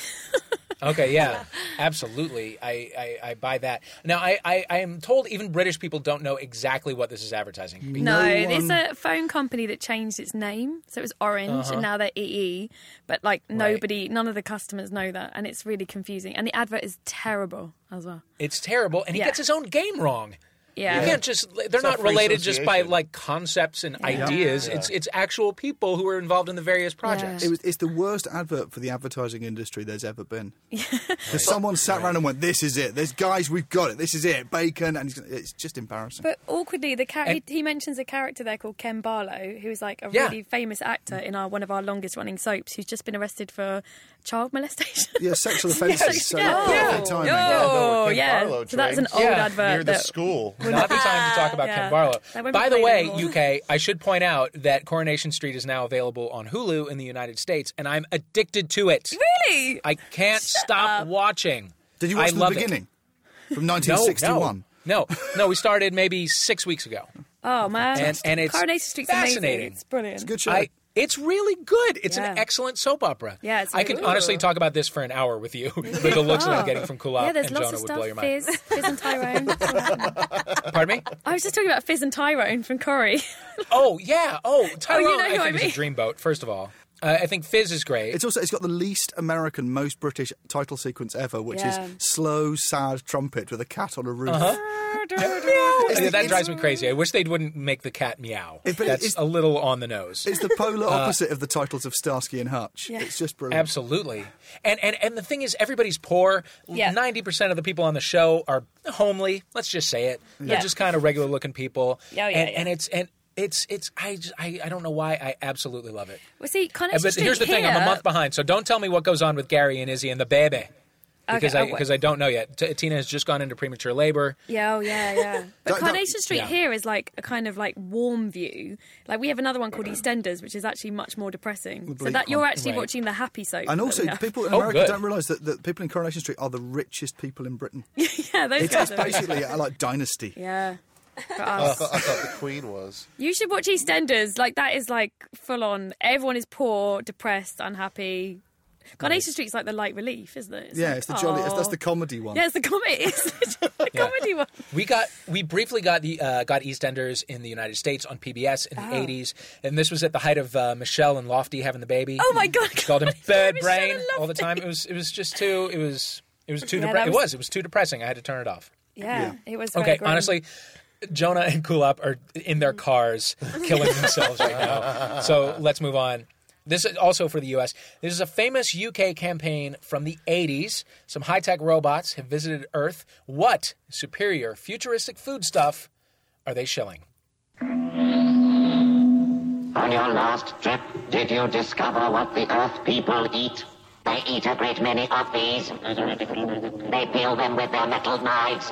Speaker 1: Okay, yeah, absolutely. I, I, I buy that. Now, I, I, I am told even British people don't know exactly what this is advertising.
Speaker 2: No, uh,
Speaker 5: No
Speaker 2: it's
Speaker 5: one-
Speaker 2: a phone company that changed its name. So it was Orange
Speaker 1: Uh-huh.
Speaker 2: and now they're EE. But like nobody, none of the customers know that. And it's really confusing. And the advert is terrible as well.
Speaker 1: It's terrible, and he
Speaker 2: Yeah.
Speaker 1: gets his own game wrong.
Speaker 2: Yeah.
Speaker 1: You can't just, they're not
Speaker 3: not free
Speaker 1: related just by
Speaker 3: association.
Speaker 1: like concepts and ideas. It's, it's actual people who are involved in the various projects.
Speaker 5: It was, it's the worst advert for the advertising industry there's ever been. Because someone sat around and went, "This is it. There's guys, we've got it. This is it. Bacon," and he's gonna- it's just embarrassing.
Speaker 2: But awkwardly, the char- he, he mentions a character there called Ken Barlow, who is like a
Speaker 1: Yeah.
Speaker 2: really famous actor in our one of our longest running soaps, who's just been arrested for child molestation.
Speaker 5: yeah, sexual offences. so
Speaker 2: yeah.
Speaker 5: perfect
Speaker 2: Yeah.
Speaker 5: timing.
Speaker 2: Yeah.
Speaker 3: Oh,
Speaker 2: Oh, yeah. So that's an old
Speaker 1: Yeah.
Speaker 2: advert
Speaker 3: near the
Speaker 2: that-
Speaker 3: school.
Speaker 1: not the time to talk about Ken
Speaker 2: Yeah.
Speaker 1: Barlow.
Speaker 2: That won't be
Speaker 1: By the
Speaker 2: played
Speaker 1: way,
Speaker 2: anymore.
Speaker 1: UK, I should point out that Coronation Street is now available on Hulu in the United States, and I'm addicted to it.
Speaker 2: really?
Speaker 1: I can't stop watching.
Speaker 5: Did you
Speaker 1: I
Speaker 5: watch the
Speaker 1: love it.
Speaker 5: beginning from
Speaker 1: No,
Speaker 5: 1961?
Speaker 1: No, no, no. We started maybe six weeks ago.
Speaker 2: oh man!
Speaker 1: And- and it's
Speaker 2: Coronation Street's
Speaker 1: fascinating.
Speaker 2: Amazing. It's brilliant.
Speaker 5: It's a good show.
Speaker 1: I, it's really good. It's an
Speaker 2: Yeah.
Speaker 1: excellent soap opera.
Speaker 2: Yeah, it's
Speaker 1: I could
Speaker 2: really-
Speaker 1: honestly talk about this for an hour with you. with the looks that I'm getting from Kulop
Speaker 2: Oh. yeah, there's
Speaker 1: and
Speaker 2: lots
Speaker 1: Jonah
Speaker 2: of
Speaker 1: would blow your mind.
Speaker 2: stuff. Fizz, Fizz and Tyrone.
Speaker 1: Pardon me?
Speaker 2: I was just talking about Fizz and Tyrone from Corrie.
Speaker 1: Oh yeah. Oh, Tyrone.
Speaker 2: know
Speaker 1: I
Speaker 2: who I
Speaker 1: think
Speaker 2: mean.
Speaker 1: is a dreamboat. First of all, uh, I think Fizz is great.
Speaker 5: It's also it's got the least American, most British title sequence ever, which
Speaker 2: Yeah.
Speaker 5: is slow, sad trumpet with a cat on a roof.
Speaker 1: Uh-huh. Yeah, that drives me crazy. I wish they wouldn't make the cat meow.
Speaker 5: It- but
Speaker 1: That's
Speaker 5: it's-
Speaker 1: a little on the nose.
Speaker 5: It's the polar
Speaker 3: Uh,
Speaker 5: opposite of the titles of Starsky and Hutch. It's just brilliant.
Speaker 1: Absolutely. And, and and the thing is everybody's poor.
Speaker 2: Yeah.
Speaker 1: 90% of the people on the show are homely, let's just say it. They're
Speaker 2: Yeah.
Speaker 1: just kind of regular looking people.
Speaker 2: Yeah, oh, yeah,
Speaker 1: and,
Speaker 2: yeah.
Speaker 1: and it's and it's it's I, just, I I don't know why I absolutely love it.
Speaker 2: Well, see,
Speaker 1: And
Speaker 2: Coronation
Speaker 1: But
Speaker 2: Street
Speaker 1: here's the thing, I'm a
Speaker 2: here-
Speaker 1: month behind, so don't tell me what goes on with Gary and Izzy and the baby. Because
Speaker 2: Okay,
Speaker 1: I
Speaker 2: oh, wait.
Speaker 1: because I don't know yet. T- Tina has just gone into premature labor.
Speaker 2: Yeah, oh yeah, yeah. But
Speaker 5: Don't- don't-
Speaker 2: Carnation Street
Speaker 1: Yeah.
Speaker 2: here is like a kind of like warm view. Like we have another one called EastEnders, which is actually much more depressing. So
Speaker 5: bleak
Speaker 2: that you're
Speaker 5: one.
Speaker 2: actually
Speaker 1: Right.
Speaker 2: watching the happy soap.
Speaker 5: And
Speaker 2: that
Speaker 5: also,
Speaker 2: we have.
Speaker 5: people in
Speaker 1: Oh,
Speaker 5: America
Speaker 1: good.
Speaker 5: don't realise that the people in Coronation Street are the richest people in Britain.
Speaker 2: yeah, those
Speaker 5: It's Uh.
Speaker 2: guys
Speaker 5: it's
Speaker 2: are really-
Speaker 5: basically a, like dynasty.
Speaker 2: yeah. For
Speaker 3: I
Speaker 2: us.
Speaker 3: thought, I thought the queen was.
Speaker 2: You should watch EastEnders. Like that is like full on. Everyone is poor, depressed, unhappy. Coronation Street's like the light relief, isn't it?
Speaker 5: Yeah,
Speaker 2: like,
Speaker 5: it's the jolly. It's, that's the
Speaker 2: "Aw."
Speaker 5: comedy one.
Speaker 2: Yeah, it's the comedy. It's the comedy one.
Speaker 1: We got we briefly got the uh, got EastEnders in the United States on PBS in
Speaker 2: Oh.
Speaker 1: the eighties, and this was at the height of uh, Michelle and Lofty having the baby.
Speaker 2: Oh, my God.
Speaker 1: She called him Bird
Speaker 2: Michelle
Speaker 1: Brain
Speaker 2: and
Speaker 1: all the
Speaker 2: Lofty.
Speaker 1: time. It was it was just too it was it was too
Speaker 2: Yeah,
Speaker 1: depre-
Speaker 2: that
Speaker 1: it
Speaker 2: was-
Speaker 1: was it was too depressing. I had to turn it off.
Speaker 2: Yeah, it was very
Speaker 1: Okay,
Speaker 2: grim.
Speaker 1: honestly, Jonah and Kulop are in their cars killing themselves right now. So let's move on. This is also for the US. This is a famous UK campaign from the 80s. Some high tech robots have visited Earth. What superior futuristic foodstuff are they shilling?
Speaker 9: On your last trip, did you discover what the Earth people eat? They eat a great many of these. They peel them with their metal knives.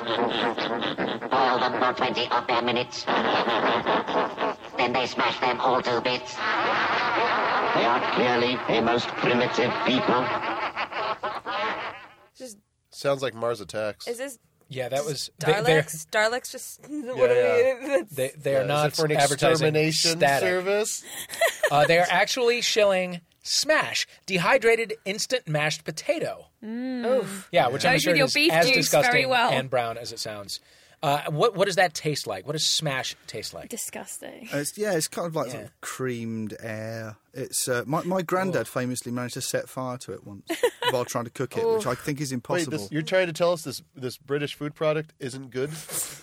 Speaker 9: Boil them for 20 of their minutes. Then they smash them all to bits. They are clearly a most primitive people.
Speaker 4: Just
Speaker 3: Sounds like Mars Attacks.
Speaker 4: is this
Speaker 1: Yeah, that was they, they're-
Speaker 4: Darlex? Darlex just what
Speaker 3: Yeah,
Speaker 4: are we?
Speaker 1: they, they are
Speaker 3: Is
Speaker 1: not
Speaker 3: it for an
Speaker 1: advertising
Speaker 3: extermination
Speaker 1: static.
Speaker 3: service.
Speaker 1: Uh, they are actually shilling Smash, dehydrated instant mashed potato.
Speaker 4: Mm. Oof.
Speaker 1: Yeah, which I'm
Speaker 4: Goes
Speaker 1: sure
Speaker 4: with your
Speaker 1: is
Speaker 4: beef
Speaker 1: as
Speaker 4: juice
Speaker 1: disgusting
Speaker 4: very well.
Speaker 1: and brown as it sounds. Uh, what what does that taste like? What does Smash taste like?
Speaker 2: Disgusting.
Speaker 5: It's, yeah, it's kind of like sort
Speaker 1: Yeah.
Speaker 5: of creamed air. It's uh, my my granddad famously managed to set fire to it once while trying to cook it, which I think is
Speaker 3: Wait,
Speaker 5: impossible.
Speaker 3: this, you're trying to tell us this this British food product isn't good?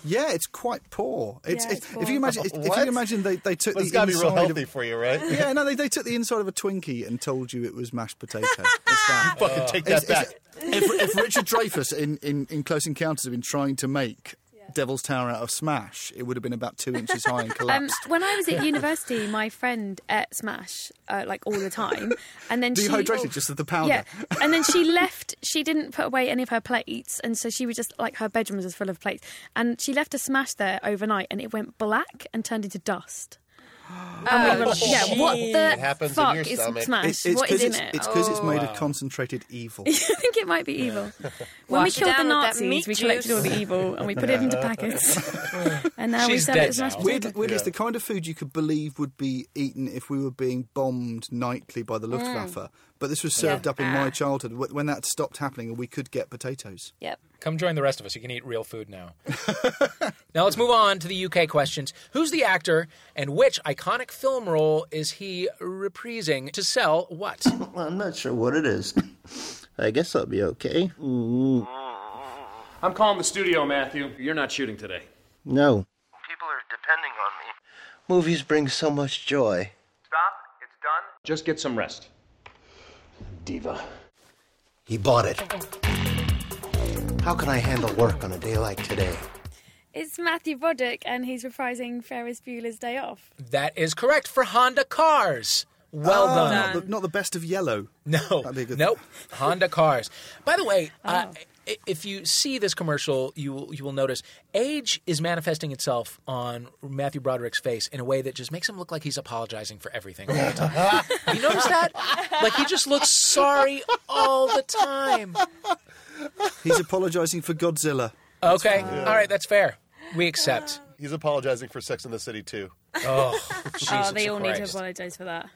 Speaker 5: Yeah, it's quite poor. It's,
Speaker 2: Yeah,
Speaker 5: it's,
Speaker 2: it's
Speaker 5: if you imagine if, if you
Speaker 3: What?
Speaker 5: imagine they they took
Speaker 3: But it's
Speaker 5: the
Speaker 3: got to be
Speaker 5: inside
Speaker 3: real healthy
Speaker 5: of,
Speaker 3: for you, right?
Speaker 5: yeah, no, they, they took the inside of a Twinkie and told you it was mashed potato. It's that.
Speaker 3: Fucking take
Speaker 10: Uh,
Speaker 3: that
Speaker 5: It's-
Speaker 3: back.
Speaker 5: it's- if, if Richard Dreyfuss in, in, in Close Encounters had been trying to make Devil's Tower out of Smash, it would have been about two inches high and
Speaker 2: Um,
Speaker 5: collapsed.
Speaker 2: when I was at university, my friend ate Smash uh, like all the time, and then
Speaker 5: Dehydrated
Speaker 2: she, Oh.
Speaker 5: just with the powder.
Speaker 2: Yeah, and then she left. She didn't put away any of her plates, and so she was just like her bedroom was just full of plates, and she left a smash there overnight, and it went black and turned into dust. And we were like, yeah, what the
Speaker 3: It happens in
Speaker 2: fuck
Speaker 3: your
Speaker 2: is
Speaker 3: stomach.
Speaker 2: smash?
Speaker 5: It's it's
Speaker 2: what is
Speaker 5: because
Speaker 2: in it? Oh.
Speaker 5: it's, it's, 'cause it's made of concentrated evil.
Speaker 2: I think it might be evil. When
Speaker 4: Wash it
Speaker 2: we killed the
Speaker 4: down with
Speaker 2: Nazis,
Speaker 4: that meat
Speaker 2: we collected
Speaker 4: juice.
Speaker 2: all the evil and we put it into packets, and now we
Speaker 1: She's
Speaker 2: sell
Speaker 1: dead
Speaker 2: it as mashed
Speaker 1: now.
Speaker 2: potato.
Speaker 5: Weird, weird It's the kind of food you could believe would be eaten if we were being bombed nightly by the Luftwaffe.
Speaker 2: Mm.
Speaker 5: But this was served up in
Speaker 2: Ah.
Speaker 5: my childhood Wh- when that stopped happening and we could get potatoes.
Speaker 4: Yep.
Speaker 1: Come join the rest of us. You can eat real food now. now let's move on to the UK questions. Who's the actor and which iconic film role is he reprising to sell what?
Speaker 10: I'm not sure what it is. I guess I'll be okay.
Speaker 1: Mm-hmm.
Speaker 11: I'm calling the studio, Matthew. You're not shooting today.
Speaker 10: No.
Speaker 11: People are depending on me.
Speaker 10: Movies bring so much joy.
Speaker 11: Stop. It's done. Just get some rest.
Speaker 10: Diva. He bought it. How can I handle work on a day like today?
Speaker 2: It's Matthew Broderick, and he's reprising Ferris Bueller's Day Off.
Speaker 1: That is correct for Honda Cars. Well
Speaker 4: Oh,
Speaker 1: done.
Speaker 5: Not the, not the best of yellow.
Speaker 1: Oh, No.
Speaker 5: That'd be a good-
Speaker 1: Nope. Honda cars. By the way,
Speaker 2: Oh.
Speaker 1: uh, i- if you see this commercial, you will, you will notice age is manifesting itself on Matthew Broderick's face in a way that just makes him look like he's apologizing for everything all the time. you notice that? Like he just looks sorry all the time.
Speaker 5: He's apologising for Godzilla.
Speaker 1: Okay. All right. That's fair. We accept.
Speaker 3: He's apologizing for Sex in the City too.
Speaker 1: Oh, Jesus
Speaker 2: Oh, they all need to
Speaker 1: Christ.
Speaker 2: apologise for that.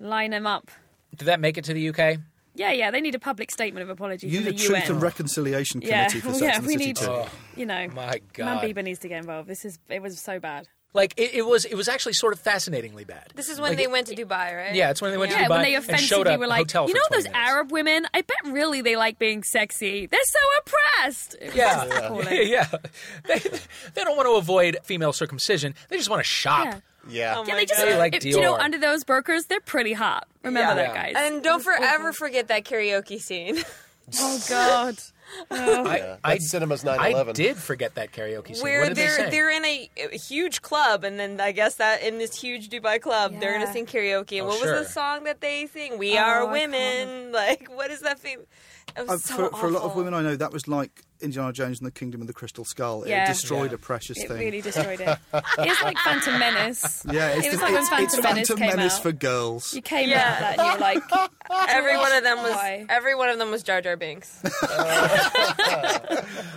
Speaker 2: Line them up.
Speaker 1: Did that make it to the UK?
Speaker 2: Yeah, yeah, they need a public statement of apology
Speaker 5: You
Speaker 2: from
Speaker 5: the
Speaker 2: the
Speaker 5: Truth
Speaker 2: UN.
Speaker 5: and Reconciliation
Speaker 2: yeah,
Speaker 5: Committee for
Speaker 2: well,
Speaker 5: Sex
Speaker 2: yeah,
Speaker 5: and the
Speaker 2: we
Speaker 5: City
Speaker 2: need,
Speaker 5: too.
Speaker 2: you know,
Speaker 1: Oh, my God.
Speaker 2: Man Bieber needs to get involved. This is it was so bad.
Speaker 1: Like it, it was. It was actually sort of fascinatingly bad.
Speaker 4: This is when they went to Dubai, right?
Speaker 1: Yeah, it's when they went
Speaker 2: Yeah,
Speaker 1: to Dubai
Speaker 2: when they
Speaker 1: and showed
Speaker 2: offensively
Speaker 1: up
Speaker 2: were
Speaker 1: at
Speaker 2: like,
Speaker 1: hotel for
Speaker 2: you know
Speaker 1: 20
Speaker 2: those
Speaker 1: minutes."
Speaker 2: Arab women? I bet really they like being sexy. They're so oppressed. It was
Speaker 1: Yeah,
Speaker 2: just appalling.
Speaker 1: yeah. They, they don't want to avoid female circumcision. They just want to shop.
Speaker 2: Yeah.
Speaker 3: Yeah.
Speaker 4: Oh
Speaker 2: Yeah, they just
Speaker 1: They like
Speaker 2: if, you know
Speaker 1: Dior.
Speaker 2: under those brokers, they're pretty hot. Remember
Speaker 1: Yeah.
Speaker 2: that, guys.
Speaker 4: And don't forever forget that karaoke scene.
Speaker 2: oh God,
Speaker 1: I,
Speaker 3: That's Cinema's
Speaker 1: I
Speaker 3: 9/11.
Speaker 1: did forget that karaoke scene.
Speaker 4: where
Speaker 1: what did they
Speaker 4: they're
Speaker 1: sing?
Speaker 4: they're in a, a huge club, and then I guess that in this huge Dubai club, they're gonna
Speaker 2: Yeah.
Speaker 4: sing karaoke.
Speaker 1: Oh,
Speaker 4: And what
Speaker 1: sure.
Speaker 4: was the song that they sing? We
Speaker 2: Oh,
Speaker 4: are
Speaker 2: I
Speaker 4: women. Like, what is that? Fam- it was
Speaker 5: Uh,
Speaker 4: so
Speaker 5: for, for a lot of
Speaker 4: awful.
Speaker 5: women I know, that was like Indiana Jones and the Kingdom of the Crystal Skull.
Speaker 2: Yeah.
Speaker 5: It destroyed
Speaker 1: Yeah.
Speaker 5: a precious
Speaker 2: it
Speaker 5: thing.
Speaker 2: really destroyed it. It's like Phantom Menace.
Speaker 5: yeah, it's,
Speaker 2: it was
Speaker 5: the,
Speaker 2: like when
Speaker 5: it's,
Speaker 2: Phantom
Speaker 5: it's
Speaker 2: Menace
Speaker 5: Phantom
Speaker 2: came
Speaker 5: Menace
Speaker 2: out.
Speaker 5: for girls.
Speaker 2: You came
Speaker 4: Yeah.
Speaker 2: out of that and you're like,
Speaker 4: Every one of them was
Speaker 2: Why?
Speaker 4: every one of them was Jar Jar Binks.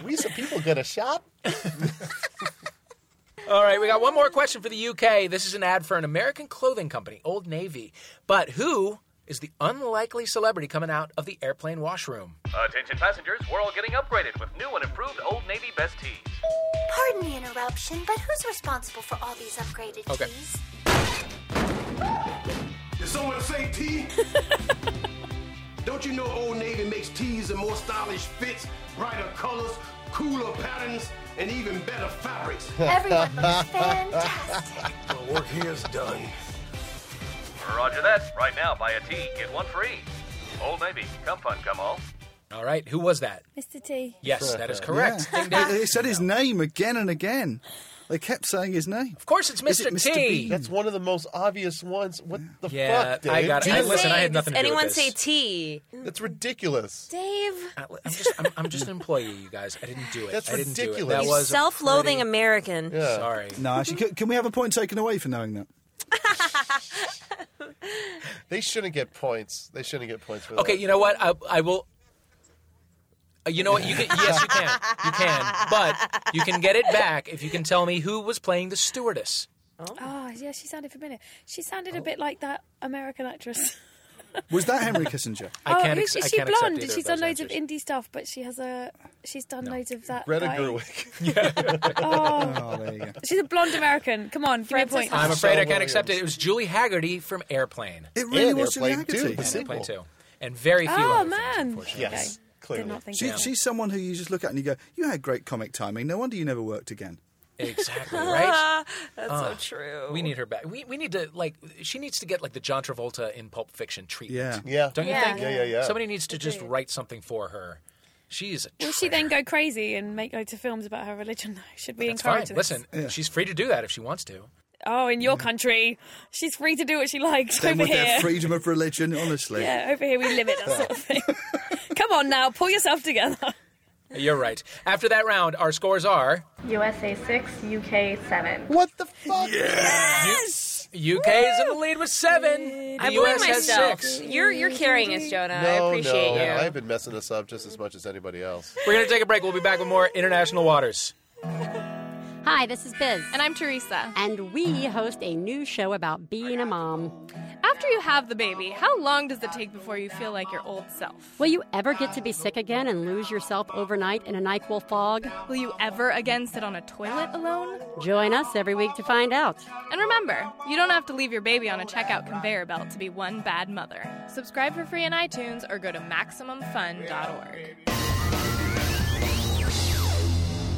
Speaker 3: We some people get a shot.
Speaker 1: All right, we got one more question for the UK. This is an ad for an American clothing company, Old Navy. But who is the unlikely celebrity coming out of the airplane washroom?
Speaker 11: Attention passengers, we're all getting upgraded with new and improved Old Navy Best Tees.
Speaker 9: Pardon the interruption, but who's responsible for all these upgraded
Speaker 1: Okay.
Speaker 9: teas?
Speaker 10: Did someone say tea? Don't you know Old Navy makes teas in more stylish fits, brighter colors, cooler patterns, and even better fabrics?
Speaker 9: Everyone looks fantastic.
Speaker 10: the work here's done.
Speaker 11: Roger that. Right now, buy a tee, get one free. Old Navy, come fun, come all.
Speaker 1: All right, who was that?
Speaker 2: Mr. T.
Speaker 1: Yes, that is correct.
Speaker 5: Yeah. They- they said his name again and again. They kept saying his name. Of
Speaker 1: course, it's
Speaker 5: Mr. Mr. T.
Speaker 3: That's one of the most obvious ones. What the
Speaker 1: Yeah,
Speaker 3: fuck, Dave?
Speaker 1: I got- I-
Speaker 3: Jesus.
Speaker 1: listen, I had
Speaker 4: Does
Speaker 1: nothing to do with
Speaker 4: anyone
Speaker 1: this.
Speaker 4: say T?
Speaker 3: That's ridiculous.
Speaker 4: Dave,
Speaker 1: I- Uh, I'm just, I'm, I'm just an employee, you guys. I didn't do it.
Speaker 3: That's
Speaker 1: I didn't do it.
Speaker 3: ridiculous.
Speaker 1: That
Speaker 4: you
Speaker 1: was a
Speaker 4: self-loathing
Speaker 1: pretty-
Speaker 4: American.
Speaker 3: Yeah.
Speaker 1: Sorry.
Speaker 5: No, she, can, can we have a point taken away for knowing that?
Speaker 3: They shouldn't get points. They shouldn't get points for that.
Speaker 1: Okay, you know what? I, I will. Uh, You know what? You can. Yes, you can. You can. But you can get it back if you can tell me who was playing the stewardess.
Speaker 2: Oh, yeah, she sounded familiar. She sounded
Speaker 1: Oh.
Speaker 2: a bit like that American actress.
Speaker 5: Was that Henry Kissinger?
Speaker 1: I can't.
Speaker 2: oh,
Speaker 1: ex-
Speaker 2: who's,
Speaker 1: I
Speaker 2: is she
Speaker 1: can't accept
Speaker 2: blonde?
Speaker 1: either
Speaker 2: She's
Speaker 1: of
Speaker 2: done
Speaker 1: those
Speaker 2: loads
Speaker 1: answers.
Speaker 2: of indie stuff, but she has a. She's done loads of that.
Speaker 3: Greta
Speaker 2: guy.
Speaker 3: Gerwig.
Speaker 2: Oh,
Speaker 5: Oh, there you go.
Speaker 2: she's a blonde American. Come on, give me a point.
Speaker 1: I'm afraid I can't
Speaker 3: Williams.
Speaker 1: accept it. It was Julie Haggerty from Airplane.
Speaker 5: It really
Speaker 3: And
Speaker 5: was Julie
Speaker 3: Airplane
Speaker 5: Haggerty.
Speaker 3: too, the sequel.
Speaker 1: Airplane two, and very few.
Speaker 2: Oh
Speaker 1: other films,
Speaker 2: man!
Speaker 1: unfortunately.
Speaker 3: Yes,
Speaker 2: Okay.
Speaker 3: clearly.
Speaker 2: Did not think
Speaker 5: She,
Speaker 2: of that.
Speaker 5: She's someone who you just look at and you go, "You had great comic timing. No wonder you never worked again."
Speaker 1: Exactly right.
Speaker 4: That's so true.
Speaker 1: We need her back. We, we need to like she needs to get like the John Travolta in Pulp Fiction treatment.
Speaker 5: Yeah.
Speaker 3: Yeah.
Speaker 1: Don't you
Speaker 4: Yeah.
Speaker 1: think?
Speaker 4: Yeah,
Speaker 3: yeah, yeah.
Speaker 1: Somebody needs to just write something for her. She is. A
Speaker 2: Will she then go crazy and make loads of films about her religion? though? Should we
Speaker 1: It's fine.
Speaker 2: encourage this?
Speaker 1: Listen, Mm. she's free to do that if she wants to.
Speaker 2: Oh, in your country, she's free to do what she likes
Speaker 5: Then
Speaker 2: over
Speaker 5: with
Speaker 2: here.
Speaker 5: their freedom of religion, honestly.
Speaker 2: yeah, over here we limit that sort of thing. Come on now, pull yourself together.
Speaker 1: You're right. After that round, our scores are
Speaker 12: USA 6, UK 7.
Speaker 3: What the fuck?
Speaker 1: yes! UK is in the lead with seven.
Speaker 4: I
Speaker 1: the
Speaker 4: blame
Speaker 1: US has
Speaker 4: myself.
Speaker 1: six.
Speaker 4: You're you're carrying us, Jonah. I
Speaker 3: No,
Speaker 4: appreciate
Speaker 3: no.
Speaker 4: you.
Speaker 3: I've been messing this up just as much as anybody else.
Speaker 1: We're gonna take a break. We'll be back with more international waters.
Speaker 12: Hi, this is Biz.
Speaker 13: And I'm Teresa.
Speaker 12: And we host a new show about being a mom.
Speaker 13: After you have the baby, how long does it take before you feel like your old self?
Speaker 12: Will you ever get to be sick again and lose yourself overnight in a NyQuil fog?
Speaker 13: Will you ever again sit on a toilet alone?
Speaker 12: Join us every week to find out.
Speaker 13: And remember, you don't have to leave your baby on a checkout conveyor belt to be one bad mother. Subscribe for free on iTunes or go to MaximumFun.org.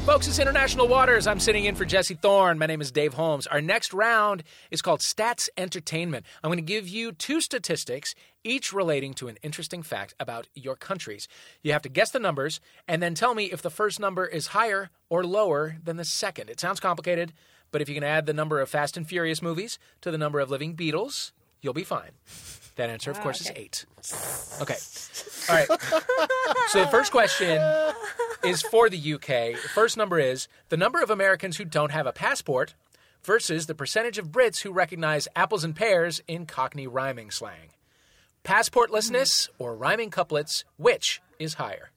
Speaker 1: Folks, it's International Waters. I'm sitting in for Jesse Thorne. My name is Dave Holmes. Our next round is called Stats Entertainment. I'm going to give you two statistics, each relating to an interesting fact about your countries. You have to guess the numbers and then tell me if the first number is higher or lower than the second. It sounds complicated, but if you can add the number of Fast and Furious movies to the number of living Beatles, you'll be fine. That answer, of course, is eight. Okay. All right. So the first question is for the UK. The first number is the number of Americans who don't have a passport versus the percentage of Brits who recognize apples and pears in Cockney rhyming slang. Passportlessness
Speaker 5: Hmm.
Speaker 1: or rhyming couplets, which is higher?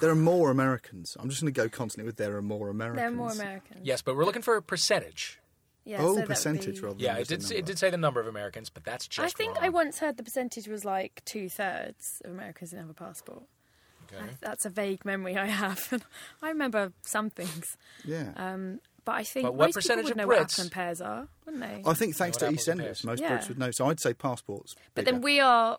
Speaker 5: There are more Americans. I'm just going to go constantly with there are more Americans.
Speaker 2: They're more American.
Speaker 1: Yes, but we're looking for a percentage.
Speaker 2: Yeah,
Speaker 5: oh,
Speaker 2: so that would
Speaker 5: percentage
Speaker 2: be-
Speaker 5: rather
Speaker 1: Yeah,
Speaker 5: than
Speaker 1: it
Speaker 5: just a
Speaker 1: did. s- It
Speaker 5: number.
Speaker 1: did say the number of Americans, but that's just.
Speaker 2: I think
Speaker 1: wrong.
Speaker 2: I once heard the percentage was like two thirds of Americans didn't have a passport. I- That's a vague memory I have. I remember some things,
Speaker 5: Yeah.
Speaker 2: um, but I think
Speaker 1: But what
Speaker 2: most
Speaker 1: percentage
Speaker 2: people would
Speaker 1: of
Speaker 2: know
Speaker 1: Brits-
Speaker 2: what apple and pears are, wouldn't they?
Speaker 5: I think thanks
Speaker 1: know
Speaker 5: to
Speaker 1: what apples and
Speaker 5: EastEnders,
Speaker 1: pears.
Speaker 5: most
Speaker 2: Yeah.
Speaker 5: Brits would know. So I'd say passports.
Speaker 2: but
Speaker 5: bigger.
Speaker 2: then we are,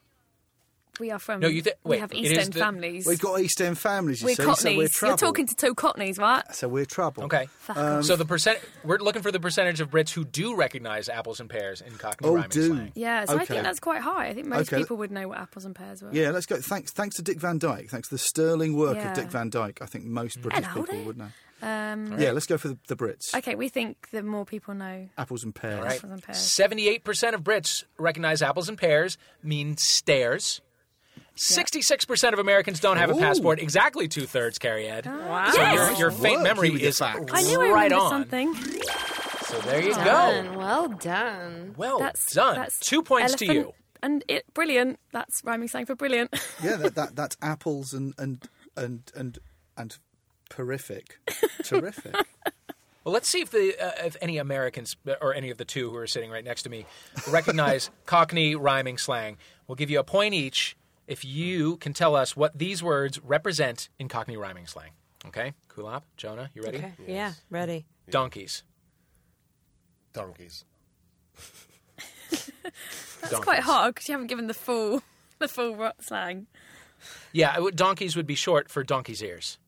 Speaker 2: we are from.
Speaker 1: No, you thi-
Speaker 2: we
Speaker 1: wait,
Speaker 2: have
Speaker 1: it
Speaker 2: East
Speaker 1: is
Speaker 2: End
Speaker 1: the-
Speaker 2: families.
Speaker 5: We've got East End families, you
Speaker 2: we're
Speaker 5: see,
Speaker 2: Cockneys.
Speaker 5: so we're trouble.
Speaker 2: You're talking to two Cockneys, right?
Speaker 5: So we're trouble.
Speaker 1: Okay. so the percent we're looking for the percentage of Brits who do recognize apples and pears in Cockney
Speaker 5: Oh,
Speaker 1: rhyming
Speaker 5: do.
Speaker 1: slang.
Speaker 2: Yeah, so I
Speaker 5: Okay.
Speaker 2: think that's quite high. I think most
Speaker 5: Okay.
Speaker 2: people would know what apples and pears were.
Speaker 5: Yeah, let's go. Thanks, thanks to Dick Van Dyke. Thanks to the sterling work
Speaker 2: Yeah.
Speaker 5: of Dick Van Dyke. I think
Speaker 1: Mm.
Speaker 5: most British
Speaker 2: Hello
Speaker 5: people
Speaker 2: there.
Speaker 5: would know.
Speaker 2: Um,
Speaker 5: Yeah, let's go for the, the Brits.
Speaker 2: Okay, we think that more people know.
Speaker 5: Apples and pears.
Speaker 1: Right.
Speaker 2: Apples and pears.
Speaker 1: 78% of Brits recognize apples and pears mean stairs. 66% of Americans don't have a
Speaker 5: Ooh.
Speaker 1: passport. Exactly two thirds, Carrie Ed.
Speaker 2: Wow.
Speaker 1: So
Speaker 2: Yes.
Speaker 1: your, your faint
Speaker 5: Work,
Speaker 1: memory
Speaker 5: you with the
Speaker 1: is
Speaker 5: facts.
Speaker 2: I knew I
Speaker 1: right
Speaker 2: remembered
Speaker 1: on.
Speaker 2: something.
Speaker 1: So there you
Speaker 4: Done.
Speaker 1: go.
Speaker 4: Oh, Well done.
Speaker 1: Well done. two points to
Speaker 2: elephant-
Speaker 1: you.
Speaker 2: And it brilliant. That's rhyming slang for brilliant.
Speaker 5: Yeah, that, that that's apples and and and and and horrific, terrific.
Speaker 1: Well, let's see if the uh, if any Americans uh, or any of the two who are sitting right next to me recognize Cockney rhyming slang. We'll give you a point each if you can tell us what these words represent in Cockney rhyming slang. Okay, Kulop, Jonah, you ready?
Speaker 4: Yeah, ready.
Speaker 1: Donkeys.
Speaker 3: Donkeys.
Speaker 2: That's quite hard because you haven't given the full the full rot slang.
Speaker 1: Yeah, it would- donkeys would be short for donkey's ears,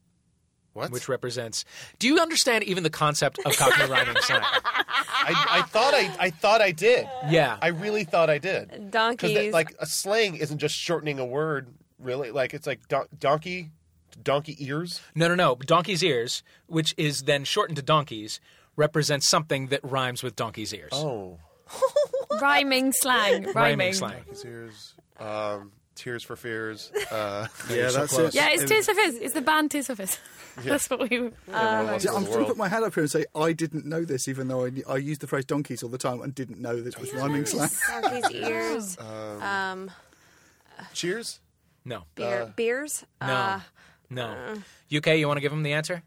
Speaker 3: What?
Speaker 1: which represents. Do you understand even the concept of Cockney rhyming slang?
Speaker 3: I, I thought I, I thought I did.
Speaker 1: Yeah.
Speaker 3: I really thought I did. Because
Speaker 4: Donkeys.
Speaker 3: like a slang isn't just shortening a word. Really, like it's like don- donkey, donkey ears?
Speaker 1: No, no, no. Donkey's ears, which is then shortened to donkeys, represents something that rhymes with donkey's ears.
Speaker 3: Oh.
Speaker 2: Rhyming slang. Rhyming,
Speaker 3: Donkey's ears. Um, Tears for Fears. Uh,
Speaker 5: Yeah, You're so that's close.
Speaker 2: Yeah, it's Tears of His. It's the band Tears of His. That's what we.
Speaker 5: I'm
Speaker 2: Uh,
Speaker 5: going to put my hand up here and say I didn't know this, even though I, I used the phrase donkeys all the time and didn't know this was rhyming slang.
Speaker 4: Donkey's ears.
Speaker 3: Um,
Speaker 4: Um,
Speaker 3: Cheers?
Speaker 1: No.
Speaker 4: beer, beers.
Speaker 1: No.
Speaker 4: Uh,
Speaker 1: no.
Speaker 4: uh.
Speaker 1: UK, you want to give him the answer?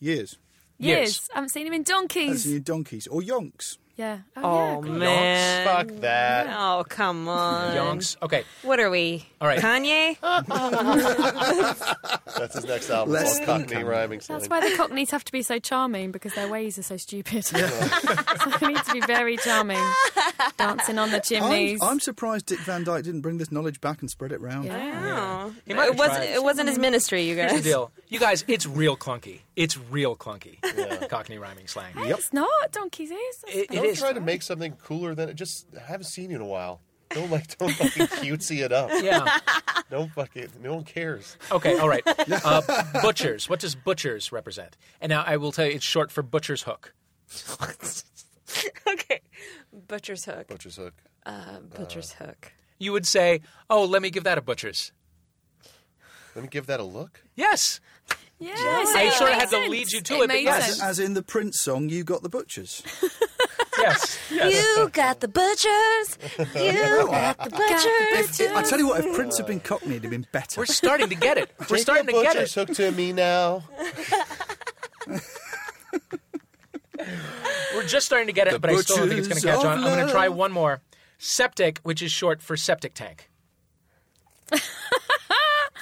Speaker 5: Years.
Speaker 2: years. I haven't seen him in donkeys.
Speaker 5: As in donkeys or yonks.
Speaker 2: yeah. Oh, yeah,
Speaker 4: oh
Speaker 2: God.
Speaker 4: man!
Speaker 3: Fuck that.
Speaker 4: Oh come on.
Speaker 1: Yonks. Okay.
Speaker 4: What are we?
Speaker 1: All right.
Speaker 4: Kanye.
Speaker 3: That's his next album.
Speaker 5: Less
Speaker 3: Less
Speaker 5: than
Speaker 3: Cockney
Speaker 5: Cockney.
Speaker 3: rhyming slang.
Speaker 2: That's why the Cockneys have to be so charming because their ways are so stupid. so they need to be very charming. Dancing on the
Speaker 5: I'm,
Speaker 2: chimneys.
Speaker 5: I'm surprised Dick Van Dyke didn't bring this knowledge back and spread it round.
Speaker 4: Oh.
Speaker 1: He might have
Speaker 4: It wasn't.
Speaker 1: tried.
Speaker 4: It wasn't his ministry, you
Speaker 1: Here's the
Speaker 4: guys.
Speaker 1: deal. You guys, it's real clunky. It's real clunky. Cockney rhyming slang.
Speaker 2: It's not donkey's ears. that's
Speaker 1: It- it
Speaker 2: bad.
Speaker 1: is.
Speaker 3: Try to make something cooler than it. Just I haven't seen you in a while. Don't like don't fucking cutesy it up.
Speaker 1: Yeah.
Speaker 3: Don't fucking no one cares.
Speaker 1: Okay, all right. Uh, butchers. What does butchers represent? And now I will tell you it's short for butcher's hook.
Speaker 4: okay. Butcher's hook.
Speaker 3: Butcher's hook.
Speaker 4: Uh, butcher's hook.
Speaker 1: You would say, oh, let me give that a butcher's.
Speaker 3: Let me give that a look.
Speaker 1: Yes.
Speaker 2: Yeah,
Speaker 1: I
Speaker 2: it
Speaker 1: sort of had
Speaker 2: makes
Speaker 1: to
Speaker 2: sense.
Speaker 1: lead you to it, but
Speaker 2: made
Speaker 1: yes.
Speaker 2: sense.
Speaker 5: As in the Prince song, you got the butchers.
Speaker 1: Yes. yes.
Speaker 4: You got the butchers. You got the butchers.
Speaker 5: I tell you what, if Prince had been Cockney, it'd have been better.
Speaker 1: We're starting to get it. We're
Speaker 3: Take
Speaker 1: starting to
Speaker 3: your
Speaker 1: get
Speaker 3: butcher's
Speaker 1: it.
Speaker 3: hook to me now.
Speaker 1: We're just starting to get it,
Speaker 5: The
Speaker 1: but I still don't think it's going
Speaker 5: butchers
Speaker 1: to catch
Speaker 5: of
Speaker 1: on. I'm going to try
Speaker 5: love.
Speaker 1: one more. Septic, which is short for septic tank.